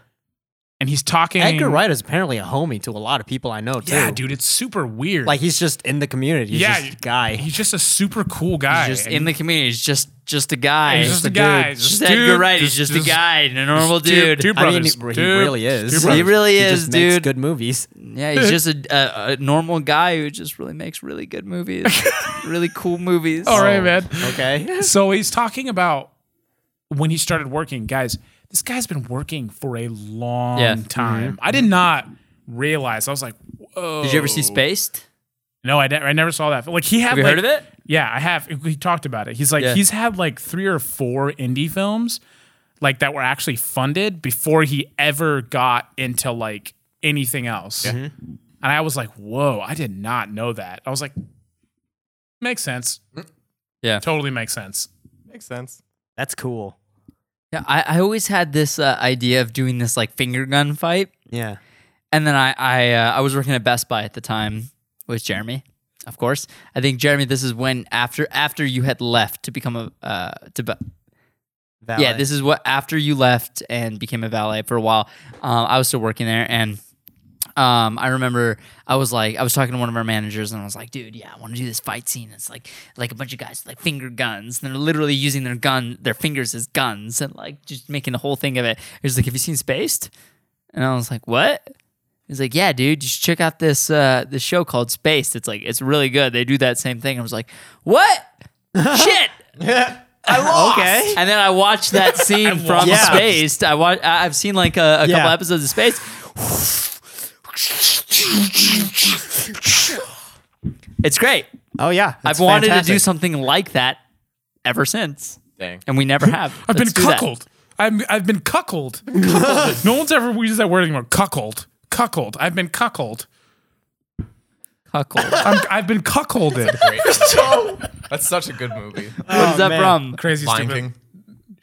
S4: and he's talking.
S3: Edgar Wright is apparently a homie to a lot of people I know too.
S4: yeah, dude, it's super weird.
S3: Like he's just in the community. He's
S4: Yeah,
S3: just a guy.
S4: he's just a super cool guy.
S1: He's just
S4: and
S1: in the community. He's just just a guy.
S4: He's just a guy.
S1: Dude.
S4: Just
S1: Just
S4: a
S1: Edgar
S4: dude.
S1: Wright. He's just
S4: Just-
S1: a
S4: just-
S1: guy and a normal
S4: two-
S1: dude.
S4: two
S3: I mean,
S4: brothers.
S3: he, he
S4: Two-
S3: really is.
S4: two
S1: He
S4: brothers.
S1: really
S3: He
S1: is,
S3: just makes
S1: dude.
S3: good movies.
S1: Yeah, he's just a, a, a normal guy who just really makes really good
S4: [laughs]
S1: movies, really cool movies.
S4: All right, man.
S3: Okay.
S4: so he's talking about when he started working, guys. This guy's been working for a long
S1: Yeah. Mm-hmm.
S4: time. I did not realize. I was like, "Whoa!"
S1: Did you ever see Spaced?
S4: No, I, ne- I never saw that. Like he had.
S1: Have you
S4: like-
S1: heard of it?
S4: Yeah, I have. He talked about it. He's like
S1: Yeah.
S4: he's had like three or four indie films, like that were actually funded before he ever got into like anything else. And I was like, whoa, I did not know that. I was like, makes sense.
S1: Yeah.
S4: totally makes sense.
S2: Makes sense.
S3: [laughs] That's cool.
S1: Yeah, I, I always had this uh, idea of doing this like finger gun fight,
S3: Yeah.
S1: and then I I, uh, I was working at Best Buy at the time with Jeremy, of course. I think Jeremy, this is when after after you had left to become a uh, to be-
S3: Valet.
S1: Yeah, this is what after you left and became a valet for a while. Um, I was still working there, and um, I remember I was like, I was talking to one of our managers, and I was like, dude, yeah, I want to do this fight scene. It's like like a bunch of guys with, like finger guns, and they're literally using their gun, their fingers as guns, and like just making the whole thing of it. He was like, have you seen Spaced? And I was like, what? He's like, yeah, dude, you should check out this uh, this show called Spaced. It's like it's really good. They do that same thing. I was like, what? Shit.
S3: okay.
S1: And then I watched
S3: [laughs]
S1: that scene from
S3: Yeah.
S1: Spaced. I watch. I've seen like a, a couple
S3: Yeah.
S1: episodes of Space. It's great.
S3: Oh yeah.
S1: I've wanted to do something like that ever since,
S2: Dang.
S1: and we
S3: [laughs]
S1: never have.
S4: I've
S1: Let's
S4: been
S1: do that.
S4: cuckolded. I'm, I've been
S1: [laughs]
S4: cuckolded. Cuckolded. no one's ever used that word anymore. Cuckold. Cuckold. I've been cuckold.
S1: Cuckold.
S3: [laughs]
S4: I'm, I've been cuckolded.
S2: [laughs] That's such a good [laughs] movie.
S1: what is that
S3: Oh, man.
S1: from?
S4: Crazy
S2: Lion
S4: stupid.
S2: King.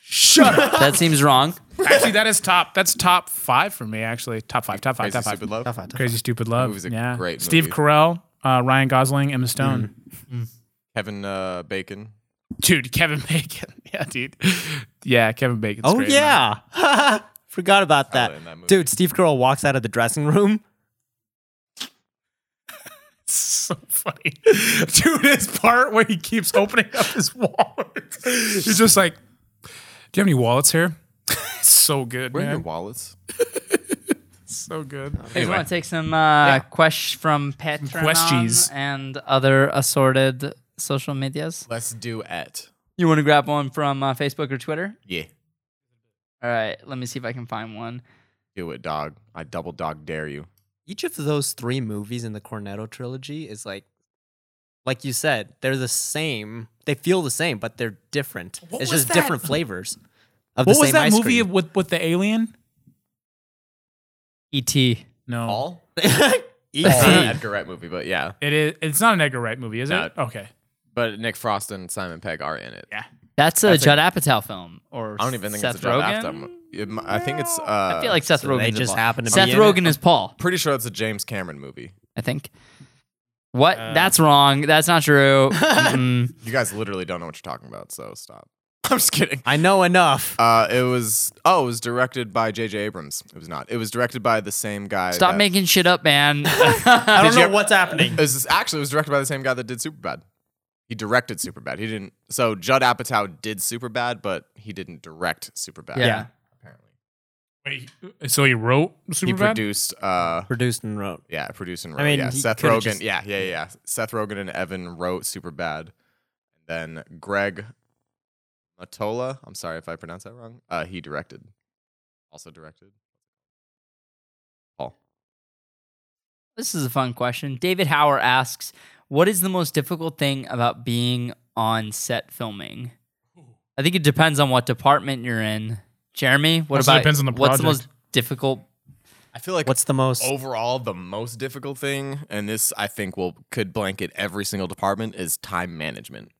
S4: Shut up.
S1: That seems
S4: [laughs]
S1: wrong.
S4: actually, that is top. That's top five for me. Actually, top five. Top
S2: Crazy
S4: five. top five.
S2: Stupid Love.
S4: Crazy Stupid Love.
S2: movie's a
S4: yeah.
S2: great
S4: Steve
S2: movie.
S4: Carell, uh, Ryan Gosling, Emma Stone.
S2: Kevin uh, Bacon.
S4: Dude, Kevin Bacon. [laughs] Yeah, dude. Yeah, Kevin Bacon.
S3: Oh yeah. [laughs] Forgot about that.
S2: in that movie.
S3: Dude, Steve Carell walks out of the dressing room.
S4: [laughs] so funny. Dude, his part where he keeps opening up his wallet. He's just like, Do you have any wallets here? [laughs] It's so good,
S2: Where are your
S4: man.
S2: wallets?
S4: So good.
S1: You
S2: Anyway.
S1: want to take some uh, quests from Patreon
S4: questies.
S1: and other assorted social medias?
S2: Let's do it.
S1: You want to grab one from uh, Facebook or Twitter?
S2: Yeah.
S1: All right, let me see if I can find one.
S2: Do it, dog. I double dog dare you.
S3: Each of those three movies in the Cornetto trilogy is like like you said, they're the same. They feel the same, but they're different.
S4: What
S3: it's
S4: was
S3: just
S4: that?
S3: different flavors of the
S4: What
S3: same
S4: was that
S3: ice
S4: movie
S3: cream.
S4: with, with the alien?
S1: E.T.
S4: No.
S3: [laughs]
S2: All?
S1: E
S3: Easy.
S2: It's not an Edgar Wright movie, but yeah.
S4: It is it's not an Edgar Wright movie, is
S2: No.
S4: it? Okay.
S2: But Nick Frost and Simon Pegg are in it.
S1: That's a
S2: That's a-
S1: Judd Apatow film, or
S2: I don't even think
S1: Seth
S2: it's a John
S1: Rogen?
S2: Apatow. It mi- I think it's. Uh,
S1: I feel like Seth
S3: so
S1: Rogen.
S3: they just happen to be
S1: Seth
S3: in
S1: Rogen is Paul,
S2: Pretty sure it's a James Cameron movie.
S1: I think. What?
S4: Uh.
S1: That's wrong. That's not
S4: [laughs]
S1: true. Mm-mm.
S2: You guys literally don't know what you're talking about, so stop. [laughs] I'm just kidding.
S3: I
S2: [laughs]
S3: know enough.
S2: Uh, it was oh, it was directed by J.J. Abrams. It was not. It was directed by the same guy.
S1: Stop
S2: that-
S1: making shit up, man. [laughs]
S3: I
S2: Did
S3: don't
S2: you
S3: know
S2: ever-
S3: what's happening.
S2: It was actually it was directed by the same guy that did Superbad. He directed Superbad. He didn't. So Judd Apatow did Superbad, but he didn't direct Superbad.
S1: Yeah.
S2: apparently
S4: Wait, so he wrote Superbad?
S2: he produced. Uh,
S3: Produced and wrote.
S2: yeah, produced and
S3: I
S2: wrote.
S3: mean,
S2: yeah,
S3: he
S2: Seth
S3: could've
S2: Rogen.
S3: just-
S2: yeah, yeah, yeah. Seth Rogen and Evan wrote Superbad. Then Greg Matola. I'm sorry if I pronounced that wrong. Uh, he directed. Also directed. Paul.
S1: this is a fun question. David Hauer asks, "What is the most difficult thing about being on set filming? I think it depends on what department you're in. Jeremy, what
S4: Also
S1: about
S4: depends on the
S1: what's the most
S4: project.
S1: difficult?
S2: I feel like oh.
S3: What's the most?
S2: overall the most difficult thing, and this I think will could blanket every single department is time management.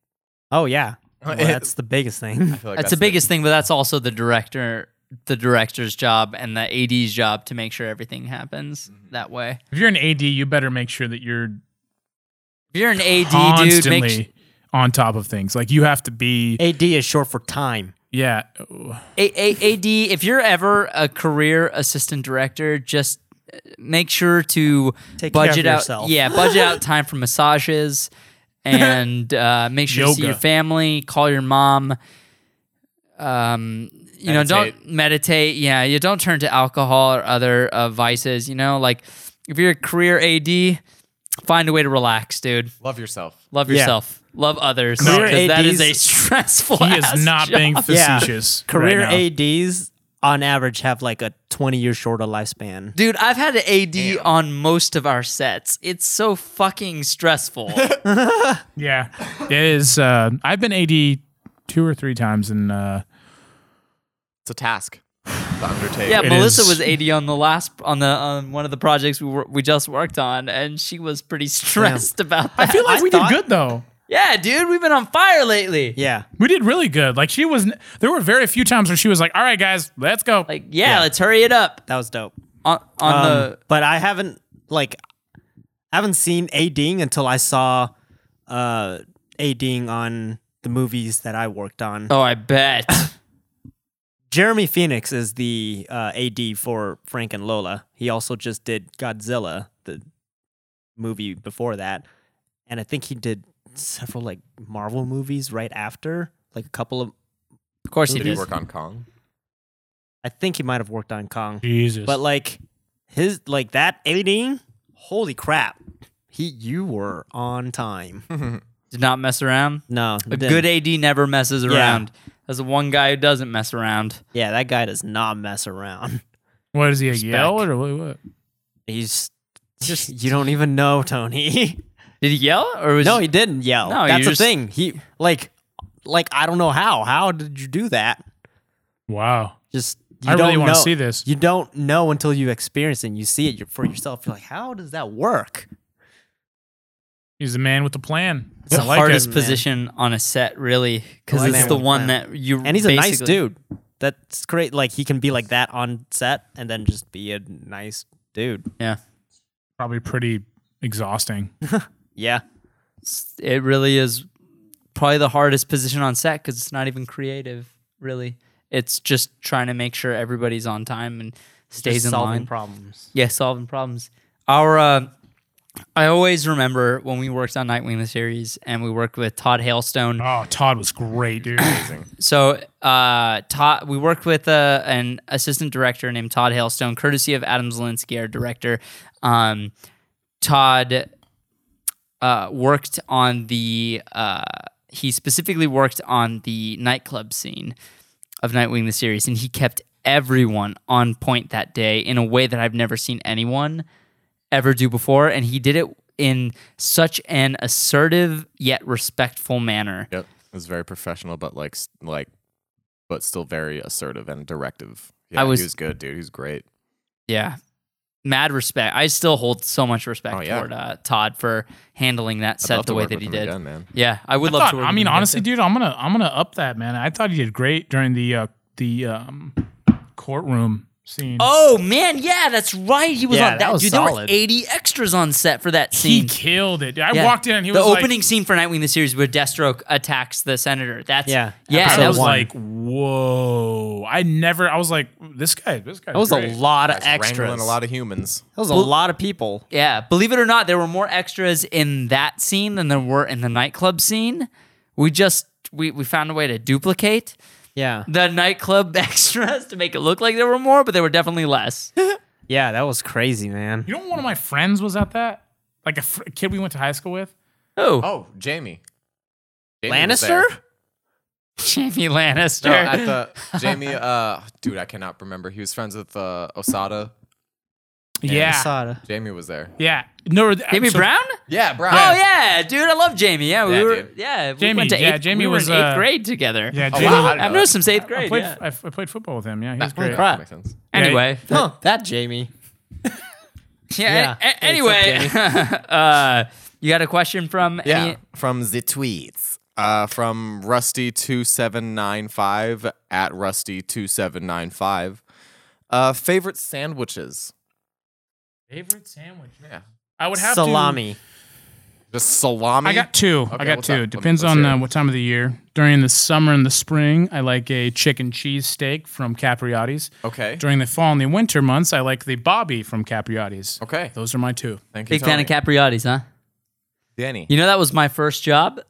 S3: Oh yeah,
S2: Uh,
S3: Well,
S2: it-
S3: that's the biggest thing.
S2: I [laughs] feel like
S1: That's the biggest thing, but that's also the director, the director's job and the AD's job to make sure everything happens
S2: Mm-hmm.
S1: that way.
S4: If you're an AD, you better make sure that you're
S1: If you're an AD dude,
S4: constantly
S1: make su-
S4: on top of things. Like you have to be.
S3: AD is short for time.
S4: Yeah. Ooh.
S1: A- A- AD, if you're ever a career assistant director, just uh, make sure to
S3: Take care of
S1: budget out.
S3: yourself.
S1: Yeah, budget
S3: [laughs]
S1: out time for massages, and uh, make sure you see
S4: Yoga.
S1: your family. Call your mom. Um, you know, don't meditate. Yeah, you don't turn to alcohol or other uh, vices. You know, like if you're a career AD, find a way to relax, dude.
S2: love yourself.
S1: Love
S3: Yeah.
S1: yourself. Love others.
S4: No,
S1: because that is a [laughs]
S3: ADs
S1: stressful.
S4: He is not being
S3: Yeah. [laughs]
S4: facetious.
S3: Career
S4: right now.
S3: ADs on average have like a 20 year shorter lifespan.
S1: Dude, I've had an AD on most of our sets. It's so fucking stressful.
S4: Yeah, it is. Uh, I've been AD two or three times, and uh,
S2: It's a task [sighs] to undertake.
S1: yeah,
S4: It
S1: Melissa
S4: is.
S1: was AD on the last on the on one of the projects we were, we just worked on, and she was pretty stressed about that.
S4: I feel like we
S3: thought-
S4: did good though.
S1: yeah, dude, we've been on fire lately.
S3: Yeah.
S4: We did really good. Like she was. There were very few times where she was like, "All right, guys, let's go."
S1: Like, yeah, let's hurry it up
S3: That was dope.
S1: on on
S3: Um,
S1: the.
S3: but I haven't like I haven't seen ADing until I saw uh ADing on the movies that I worked on.
S1: Oh, I bet.
S3: Jeremy Phoenix is the uh, AD for Frank and Lola. He also just did Godzilla, the movie before that, and I think he did several like Marvel movies right after, like a couple of.
S1: of course he
S2: Did you
S1: did.
S2: work on Kong?
S3: I think he might have worked on Kong,
S4: Jesus.
S3: but like his like that ADing, holy crap! He you were
S1: [laughs]
S3: on time.
S1: Did not mess around.
S3: No,
S1: A
S3: didn't.
S1: good AD never messes
S3: Yeah.
S1: around. That's the one guy who doesn't mess around.
S3: Yeah, that guy does not mess around.
S4: what is he a
S1: Respect.
S4: yell or what? what?
S3: He's just [laughs] you don't even know Tony. [laughs]
S1: Did he yell or was
S3: No, he didn't yell.
S1: No,
S3: That's
S1: you
S3: the
S1: just-
S3: thing. He like, like I don't know how. How did you do that?
S4: Wow.
S3: Just you
S4: I
S3: don't
S4: really want
S3: know.
S4: to see this.
S3: You don't know until you experience it. and You see it for yourself. You're like, how does that work?
S4: He's the man with the plan.
S1: It's
S4: I
S1: the
S4: like
S1: hardest
S4: it.
S1: position on a set, really, because
S3: I like
S1: it's
S3: that
S1: the
S3: one.
S1: one that you.
S3: And he's a nice
S1: basically-
S3: dude. That's great. Like he can be like that on set and then just be a nice dude.
S1: Yeah,
S4: Probably pretty exhausting.
S3: Yeah.
S1: It's- it really is probably the hardest position on set because it's not even creative, really. It's just trying to make sure everybody's on time and stays
S3: Just
S1: in
S3: solving
S1: line.
S3: problems.
S1: Yeah, solving problems. Our, uh, I always remember when we worked on Nightwing the series, and we worked with Todd Hailstone.
S4: Oh, Todd was great, dude.
S1: So, uh, Todd, we worked with uh, an assistant director named Todd Hailstone, courtesy of Adam Zelinsky, our director. Um, Todd uh, worked on the, uh, he specifically worked on the nightclub scene of Nightwing the series, and he kept everyone on point that day in a way that I've never seen anyone ever do before. And he did it in such an assertive yet respectful manner.
S2: Yep. It was very professional, but like s- like, but still very assertive and directive. Yeah,
S1: I was-
S2: he was good, dude. He was great.
S1: Yeah. Mad respect. I still hold so much respect
S2: Oh, yeah.
S1: toward uh, Todd for handling that
S2: I'd
S1: set
S2: love
S1: the
S2: to
S1: way
S2: work
S1: that
S2: with
S1: he
S2: him
S1: did.
S2: again, man.
S1: Yeah, I would love
S4: thought-
S1: to. Work
S4: I
S1: with
S4: mean,
S1: him again,
S4: honestly,
S1: too.
S4: dude, I'm gonna I'm gonna up that, man. I thought he did great during the uh, the um, courtroom scene.
S1: Oh man, yeah, that's right. He was
S3: Yeah,
S1: on that.
S3: that was
S1: dude, there were
S3: solid.
S1: 80 extras on set for that
S4: he
S1: scene.
S4: killed it. dude. I
S1: Yeah.
S4: walked in and he
S1: the
S4: was like-
S1: opening scene for Nightwing the series where Deathstroke attacks the senator. That's
S3: Yeah,
S1: yeah.
S4: So
S1: That
S4: I
S1: was
S4: was
S3: one.
S4: like, whoa! I never. I was like, this guy. This guy.
S3: That was a lot of
S2: Guys
S3: extras.
S2: Wrangling a lot of humans.
S3: that was a lot of people.
S1: yeah. Believe it or not, there were more extras in that scene than there were in the nightclub scene. We just we we found a way to duplicate.
S3: Yeah.
S1: the nightclub [laughs] extras to make it look like there were more, but there were definitely less.
S3: Yeah, that was crazy, man.
S4: You know, one of my friends was at that. Like a fr- kid we went to high school with.
S1: Oh,
S2: Oh, Jamie. Jamie was
S3: Lannister?
S2: there.
S1: Jamie Lannister.
S2: No,
S4: Oh,
S2: at the Jamie. Uh, dude, I cannot remember. He was friends with uh, Osada.
S1: I
S4: yeah,
S1: saw it.
S2: Jamie was there.
S4: yeah. No,
S1: Jamie
S4: so-
S1: Brown?
S2: Yeah, Brian.
S1: Oh yeah, dude, I love Jamie. Yeah, we
S2: Yeah,
S1: were
S2: dude.
S1: yeah, we
S4: Jamie,
S1: went to eighth,
S4: yeah, Jamie
S1: we were
S4: was,
S1: in eighth
S4: uh,
S1: grade together.
S4: Yeah,
S2: Oh,
S4: Jamie.
S2: wow. I didn't
S1: I've
S2: know
S1: known since eighth
S4: I
S1: grade.
S4: played,
S1: yeah.
S4: I, I played football with him. Yeah, he was
S2: That
S4: great.
S3: crap.
S2: makes sense.
S1: Anyway,
S3: Huh, that Jamie.
S1: [laughs] yeah.
S3: Yeah.
S1: a- a- anyway, [laughs] uh, you got a question from
S2: Yeah,
S1: any,
S2: from the tweets. Uh, from Rusty two seven nine five at Rusty two seven nine five. Uh, favorite sandwiches?
S4: Favorite sandwich?
S2: Yeah,
S4: I would have to-
S3: Salami.
S2: just salami.
S4: I got two.
S2: Okay,
S4: I got
S2: what's
S4: two.
S2: up? Let me-
S4: Depends
S2: let's
S4: on
S2: hear
S4: uh,
S2: it.
S4: what time of the year. During the summer and the spring, I like a chicken cheese steak from Capriotti's.
S2: okay.
S4: During the fall and the winter months, I like the Bobby from Capriotti's.
S2: Okay,
S4: Those are my two.
S2: thank you.
S1: big fan of
S2: Tony.
S1: Capriotti's, huh?
S2: Danny.
S1: You know that was my first job.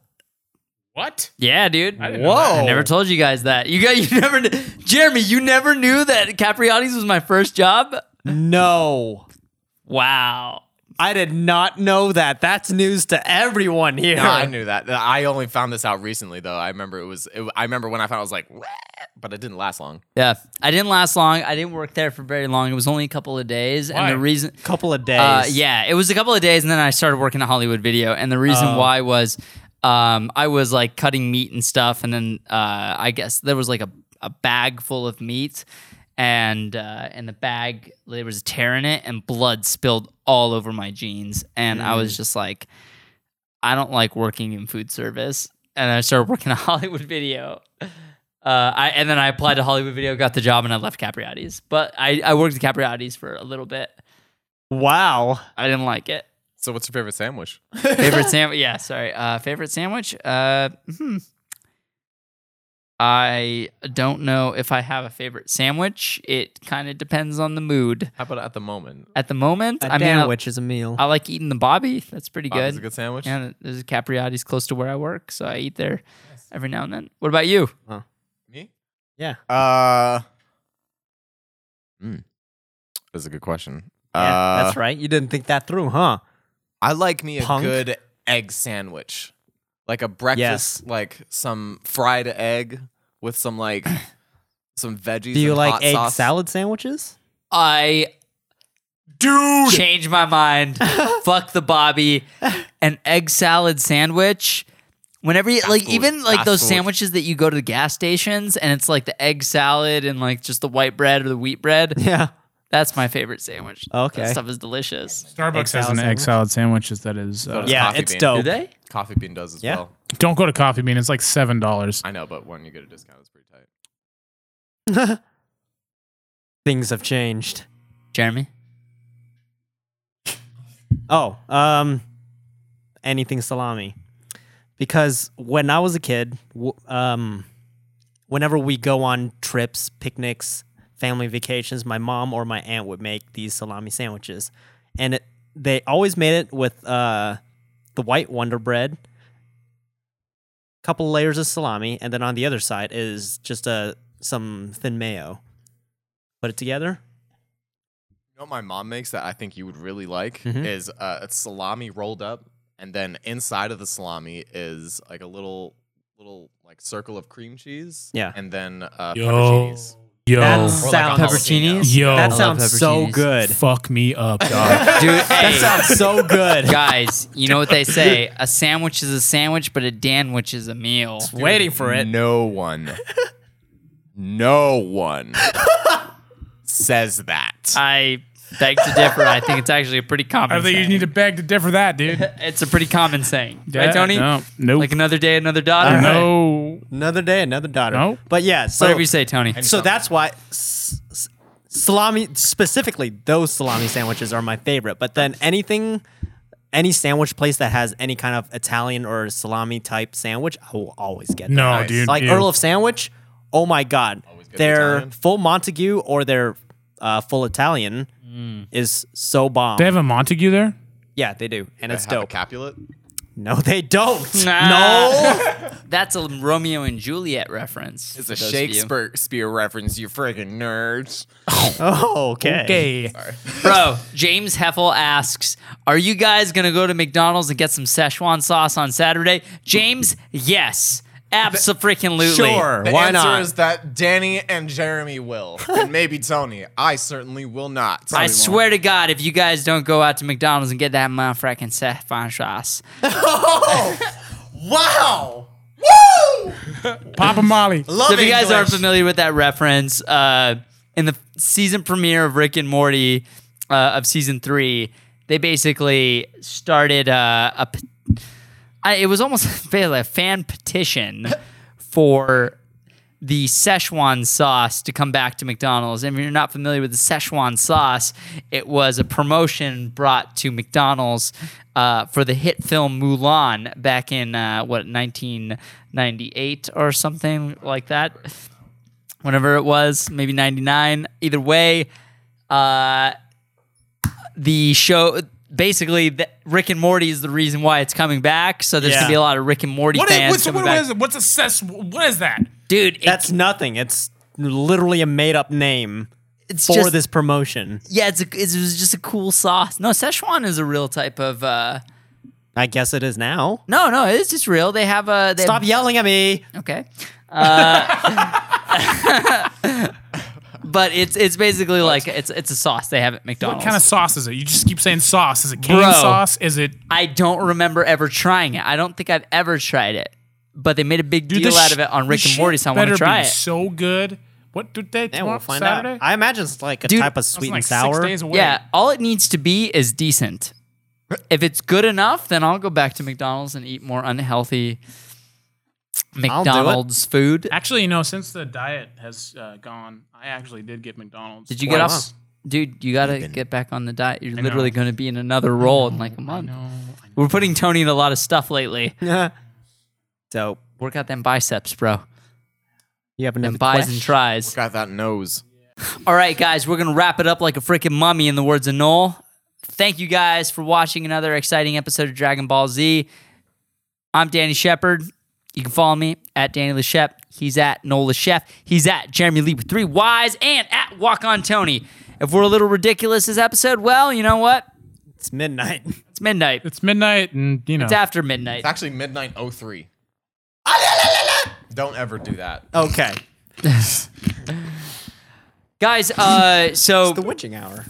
S4: What?
S1: Yeah, dude.
S4: didn't know
S2: Whoa!
S1: I never told you guys [laughs] that. You got you never, kn- Jeremy. You never knew that Capriotti's was my first job.
S3: No.
S1: Wow.
S3: I did not know that. That's news to everyone here.
S2: No, I knew that. I only found this out recently, though. I remember it was. It, I remember when I found. It, I was like, what? but it didn't last long.
S1: Yeah, I didn't last long. I didn't work there for very long. It was only a couple of days,
S4: Why?
S1: and the reason
S3: Couple of days.
S1: Uh, yeah, it was a couple of days, and then I started working at Hollywood Video, and the reason why was um, I was like cutting meat and stuff, and then uh, I guess there was like a, a bag full of meat, and uh, in the bag there was a tear in it, and blood spilled all over my jeans, and I was just like, I don't like working in food service, and I started working at [laughs] Hollywood Video. Uh, I, and then I applied to Hollywood Video, got the job, and I left Capriotti's. But I, I worked at Capriotti's for a little bit.
S3: Wow.
S1: I didn't like it.
S2: So, what's your favorite sandwich?
S1: Favorite sandwich? Yeah, sorry. Uh, favorite sandwich? Uh, hmm. I don't know if I have a favorite sandwich. It kind of depends on the mood.
S2: How about at the moment?
S1: At the moment, I
S3: A
S1: mean, uh, I,
S3: sandwich is a meal.
S1: I like eating the Bobby. That's pretty
S2: Bobby's
S1: good.
S2: a good sandwich.
S1: And there's a Capriotti's close to where I work, so I eat there every now and then. What about you?
S2: Me?
S3: Yeah.
S2: Uh. Mm. That's a good question.
S3: yeah,
S2: uh,
S3: that's right. You didn't think that through, huh?
S2: I like me a
S3: Punk.
S2: good egg sandwich, like a breakfast, like some fried egg with some
S3: [clears throat]
S2: like some veggies.
S3: Do you
S2: and
S3: like
S2: hot
S3: egg
S2: sauce.
S3: salad sandwiches? [laughs]
S1: I
S2: dude?
S1: change my
S2: [laughs]
S1: mind. Fuck the Bobby. An egg salad sandwich. Whenever you like,
S2: food.
S1: even like
S2: Fast
S1: those
S2: food.
S1: sandwiches that you go to the gas stations and it's like the egg salad and like just the white bread or the wheat bread.
S3: Yeah. [laughs]
S1: That's my favorite sandwich.
S3: Okay.
S1: That stuff is delicious.
S4: Starbucks has
S3: salad
S4: an egg
S3: sandwich.
S4: salad sandwich that is. Uh,
S2: Yeah.
S3: Yeah,
S2: coffee
S3: it's
S2: bean.
S1: Do
S3: dope.
S1: they?
S2: Coffee bean does as
S3: Yeah.
S2: well.
S4: Don't go to Coffee Bean. It's like seven dollars.
S2: I know, but when you get a discount, it's pretty tight.
S3: Things have changed.
S1: Jeremy?
S3: Oh, um, anything salami. Because when I was a kid, w- um, whenever we go on trips, picnics, family vacations, my mom or my aunt would make these salami sandwiches, and it, they always made it with uh, the white Wonder Bread, couple layers of salami, and then on the other side is just uh, some thin mayo. Put it together.
S2: You know what my mom makes that I think you would really like
S3: Mhm.
S2: is uh, it's salami rolled up, and then inside of the salami is like a little little like circle of cream cheese.
S3: Yeah.
S2: and then uh,
S4: Yo.
S2: pepperoncinis.
S4: Yo,
S3: That's-
S2: Or,
S3: Sounds-
S2: on jalapeno.
S1: Pepperoncinis?
S4: yo,
S3: that
S1: love
S3: sounds so
S1: pepperoncinis.
S3: good.
S4: fuck me
S2: [laughs]
S4: up, dog.
S1: Dude, hey,
S3: That sounds so [laughs] good.
S1: guys, you know what they say? A sandwich is a sandwich, but a danwich is a meal.
S3: waiting for it.
S2: No
S3: [laughs]
S2: one, no one says that.
S3: Ah,
S1: I beg to differ. I think it's actually a pretty common
S4: I think you
S1: saying.
S4: need to beg to differ that, dude.
S1: It's a pretty common saying. right, Tony?
S4: No, nope.
S1: Like another day, another daughter.
S4: no.
S3: Another day, another daughter.
S4: No.
S3: But yeah, so
S1: Whatever you say, Tony.
S3: so that's why s- s- salami specifically those salami sandwiches are my favorite. But then anything any sandwich place that has any kind of Italian or salami type sandwich, I will always get. that.
S4: No, dude.
S3: Like
S4: ew.
S3: Earl of Sandwich, oh my god.
S2: get the
S3: Their
S2: Italian.
S3: full Montague or their uh, full Italian
S2: Mm.
S3: is so bomb.
S4: They have a Montague there.
S3: yeah, they do. And it's
S2: Have a
S3: dope.
S2: Capulet.
S3: no,
S2: [laughs]
S3: they don't.
S1: No, that's a Romeo and Juliet reference.
S2: It's
S1: for
S2: a
S1: those of you.
S2: Shakespeare spear reference, you friggin' nerds.
S3: Oh, [laughs] okay.
S4: Okay.
S1: bro. James Heffel asks, "Are you guys gonna go to McDonald's and get some Szechuan sauce on Saturday?" James, yes. Absolutely.
S3: Sure.
S2: The
S3: why
S2: answer
S3: not?
S2: is that Danny and Jeremy will, and maybe Tony. I certainly will not.
S1: I swear to God, if you guys don't go out to McDonald's and get that motherfucking saffron sauce,
S2: Wow.
S4: Papa
S2: [laughs]
S4: Molly.
S2: Love
S1: so if you guys aren't
S2: English.
S1: familiar with that reference, uh, in the season premiere of Rick and Morty uh, of season three, they basically started uh, a. p- I- it was almost [laughs] basically a fan petition for the Szechuan sauce to come back to McDonald's. And if you're not familiar with the Szechuan sauce, it was a promotion brought to McDonald's uh, for the hit film Mulan back in uh, what 1998 or something like that. Whenever it was, maybe 99. Either way, uh, the show basically the, Rick and Morty is the reason why it's coming back. So there's
S3: Yeah.
S1: gonna be a lot of Rick and Morty
S4: What is,
S1: fans
S4: what's,
S1: coming
S4: what,
S1: back.
S4: what is it? What's a ses- What is that?
S1: Dude, it
S3: That's nothing. It's literally a made up name
S1: It's
S3: for
S1: just-
S3: this promotion.
S1: Yeah, it's a, it's- it was just a cool sauce. No, Szechuan is a real type of. Uh,
S3: I guess it is now.
S1: no, no, it's just real. They have a. They
S3: Stop yelling at me.
S1: Okay. Uh, [laughs] but it's it's basically like it's it's a sauce they have at McDonald's.
S4: What kind of sauce is it? You just keep saying sauce. Is it cane
S1: Oh. Bro.
S4: sauce? Is it
S1: I don't remember ever trying it. I don't think I've ever tried it. But they made a big
S4: Dude,
S1: deal
S4: this
S1: out
S4: sh-
S1: of it on
S4: this
S1: Rick and
S4: shit
S1: Morty, so I want
S4: better
S1: to try
S4: be
S1: it.
S4: So good. What did they
S3: And we'll
S4: tomorrow?
S3: find
S4: Saturday?
S3: out. I imagine it's like a
S1: Dude,
S3: type of
S4: That's
S3: sweet
S4: like
S3: and
S4: six
S3: sour. [laughs]
S4: days away.
S1: Yeah, all it needs to be is decent. If it's good enough, then I'll go back to McDonald's and eat more unhealthy
S3: it.
S1: McDonald's food.
S4: Actually, you know, since the diet has uh, gone, I actually did get McDonald's.
S1: Did you get
S3: Wow.
S1: off? Dude, you gotta get back on the diet. You're literally gonna be in another role in like a month. We're putting Tony in a lot of stuff lately.
S3: so
S1: Work out them biceps, bro.
S3: you have
S1: Them
S3: another
S1: buys
S3: question?
S1: and tries.
S2: Got that nose.
S1: All right, guys, we're gonna wrap it up like a freaking mummy in the words of Noel. Thank you guys for watching another exciting episode of Dragon Ball Z. I'm Danny Shepard. You can follow me at Danny LeChef. He's at Noel LeChef. He's at Jeremy Lee with three Y's and at Walk On Tony. If we're a little ridiculous this episode, well, you know what?
S3: It's midnight. [laughs]
S1: It's midnight.
S4: It's midnight, and you know.
S1: It's after midnight.
S2: It's actually midnight 03. Don't ever do that.
S3: Okay.
S1: Guys, uh, so
S3: The witching hour.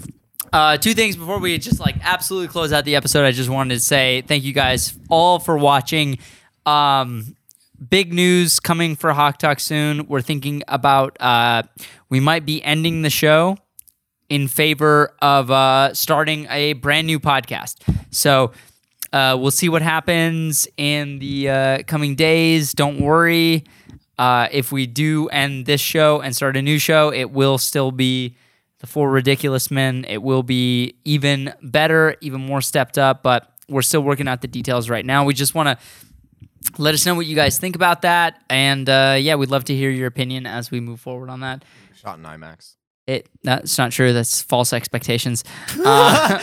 S1: uh, two things before we just like absolutely close out the episode. I just wanted to say thank you guys all for watching. Um, big news coming for Hawk Talk soon. We're thinking about uh, we might be ending the show in favor of uh, starting a brand new podcast. So uh, we'll see what happens in the uh, coming days. Don't worry. Uh, if we do end this show and start a new show, it will still be the Four Ridiculous Men. It will be even better, even more stepped up, but we're still working out the details right now. We just want to let us know what you guys think about that. And uh, yeah, we'd love to hear your opinion as we move forward on that.
S2: Shot in IMAX.
S1: It that's not true. That's false
S4: [laughs]
S1: expectations. Uh,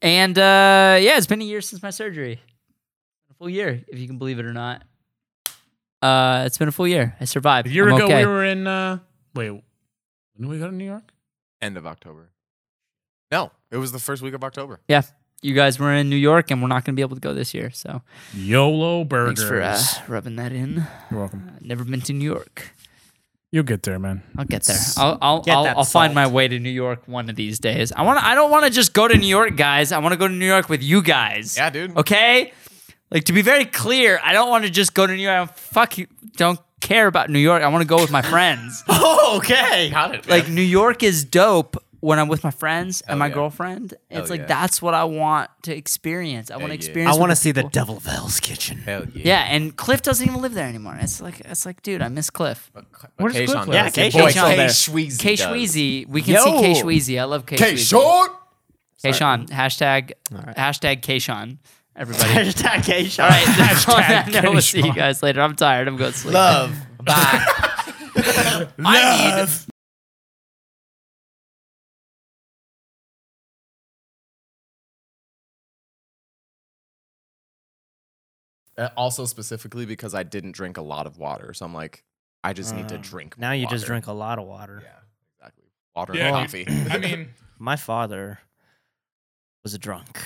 S1: and uh, yeah, it's been a year since my surgery. A full year, if you can believe it or not. Uh, it's been a full year. I survived.
S4: a year
S1: I'm
S4: ago,
S1: okay.
S4: we were in. Uh, wait, when did we go to New York?
S2: End of October. No, it was the first week of October.
S1: yeah, you guys were in New York, and we're not going to be able to go this year. So
S4: YOLO Burgers.
S1: thanks for uh, rubbing that in.
S4: You're welcome.
S1: Never been to New York.
S4: You'll get there, man.
S1: I'll get there. I'll I'll,
S3: Get
S1: I'll,
S3: that
S1: I'll find
S3: salt.
S1: my way to New York one of these days. I want to. I don't want to just go to New York, guys. I want to go to New York with you guys.
S2: Yeah, dude.
S1: Okay. Like to be very clear, I don't want to just go to New York. I don't- Fuck you. Don't care about New York. I want to go with my
S2: [laughs]
S1: friends.
S3: Oh, okay.
S2: Got it.
S1: like New York is dope when I'm with my friends and my
S2: yeah.
S1: girlfriend. It's like
S2: yeah.
S1: that's what I want to experience. I want to
S2: yeah.
S1: experience.
S3: I want to
S1: with
S3: see the
S1: people.
S3: Devil of Hell's Kitchen. [laughs]
S2: Hell yeah.
S1: Yeah, and Cliff doesn't even live there anymore. It's like it's like, dude, I miss Cliff.
S4: Where's Cliff
S2: Cation
S4: live?
S2: does.
S3: Yeah,
S2: Your boy
S3: Kayshawn there.
S2: Shweezy
S1: K
S2: does.
S1: Shweezy, we can
S3: Yo.
S1: see K Shweezy. I love K Shweezy.
S2: Kayshawn!
S1: K Sean, hashtag hashtag K Sean. Everybody.
S3: [laughs]
S1: [laughs]
S3: Hashtag Keisha.
S1: All right, on that note, we'll see you
S4: Kayshawn.
S1: guys later. I'm tired. I'm going to sleep.
S2: Love.
S1: Bye.
S2: [laughs]
S1: I need
S2: Uh, Also, specifically because I didn't drink a lot of water. So I'm like, I just need to
S3: Uh,
S2: drink
S3: Now you just
S2: water.
S3: drink a lot of water.
S2: Yeah, exactly. Water
S4: Yeah,
S2: and
S4: I
S2: coffee.
S4: I mean,
S3: My father was a drunk.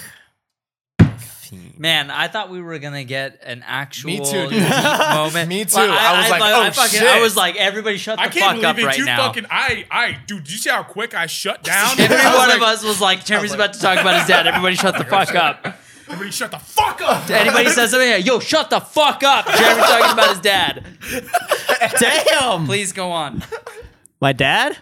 S2: team.
S1: Man, I thought we were gonna get an actual
S2: Me too, dude. [laughs]
S1: deep moment.
S2: Me too. I was like,
S1: I,
S2: oh,
S1: fucking,
S2: shit.
S1: I was like, everybody shut the
S4: I can't
S1: fuck up
S4: believe it.
S1: right
S4: you
S1: now.
S4: fucking I I dude, did you see how quick I shut down?
S1: [laughs] Every
S4: I was
S1: one
S4: like,
S1: of us was like, Jeremy's about to talk about his dad. Everybody shut the fuck
S2: [laughs]
S1: up.
S4: Everybody shut the fuck up.
S1: Anybody says something, like, yo, shut the fuck up. Jeremy's talking about his dad.
S3: [laughs] Damn.
S1: Please go on.
S3: My dad?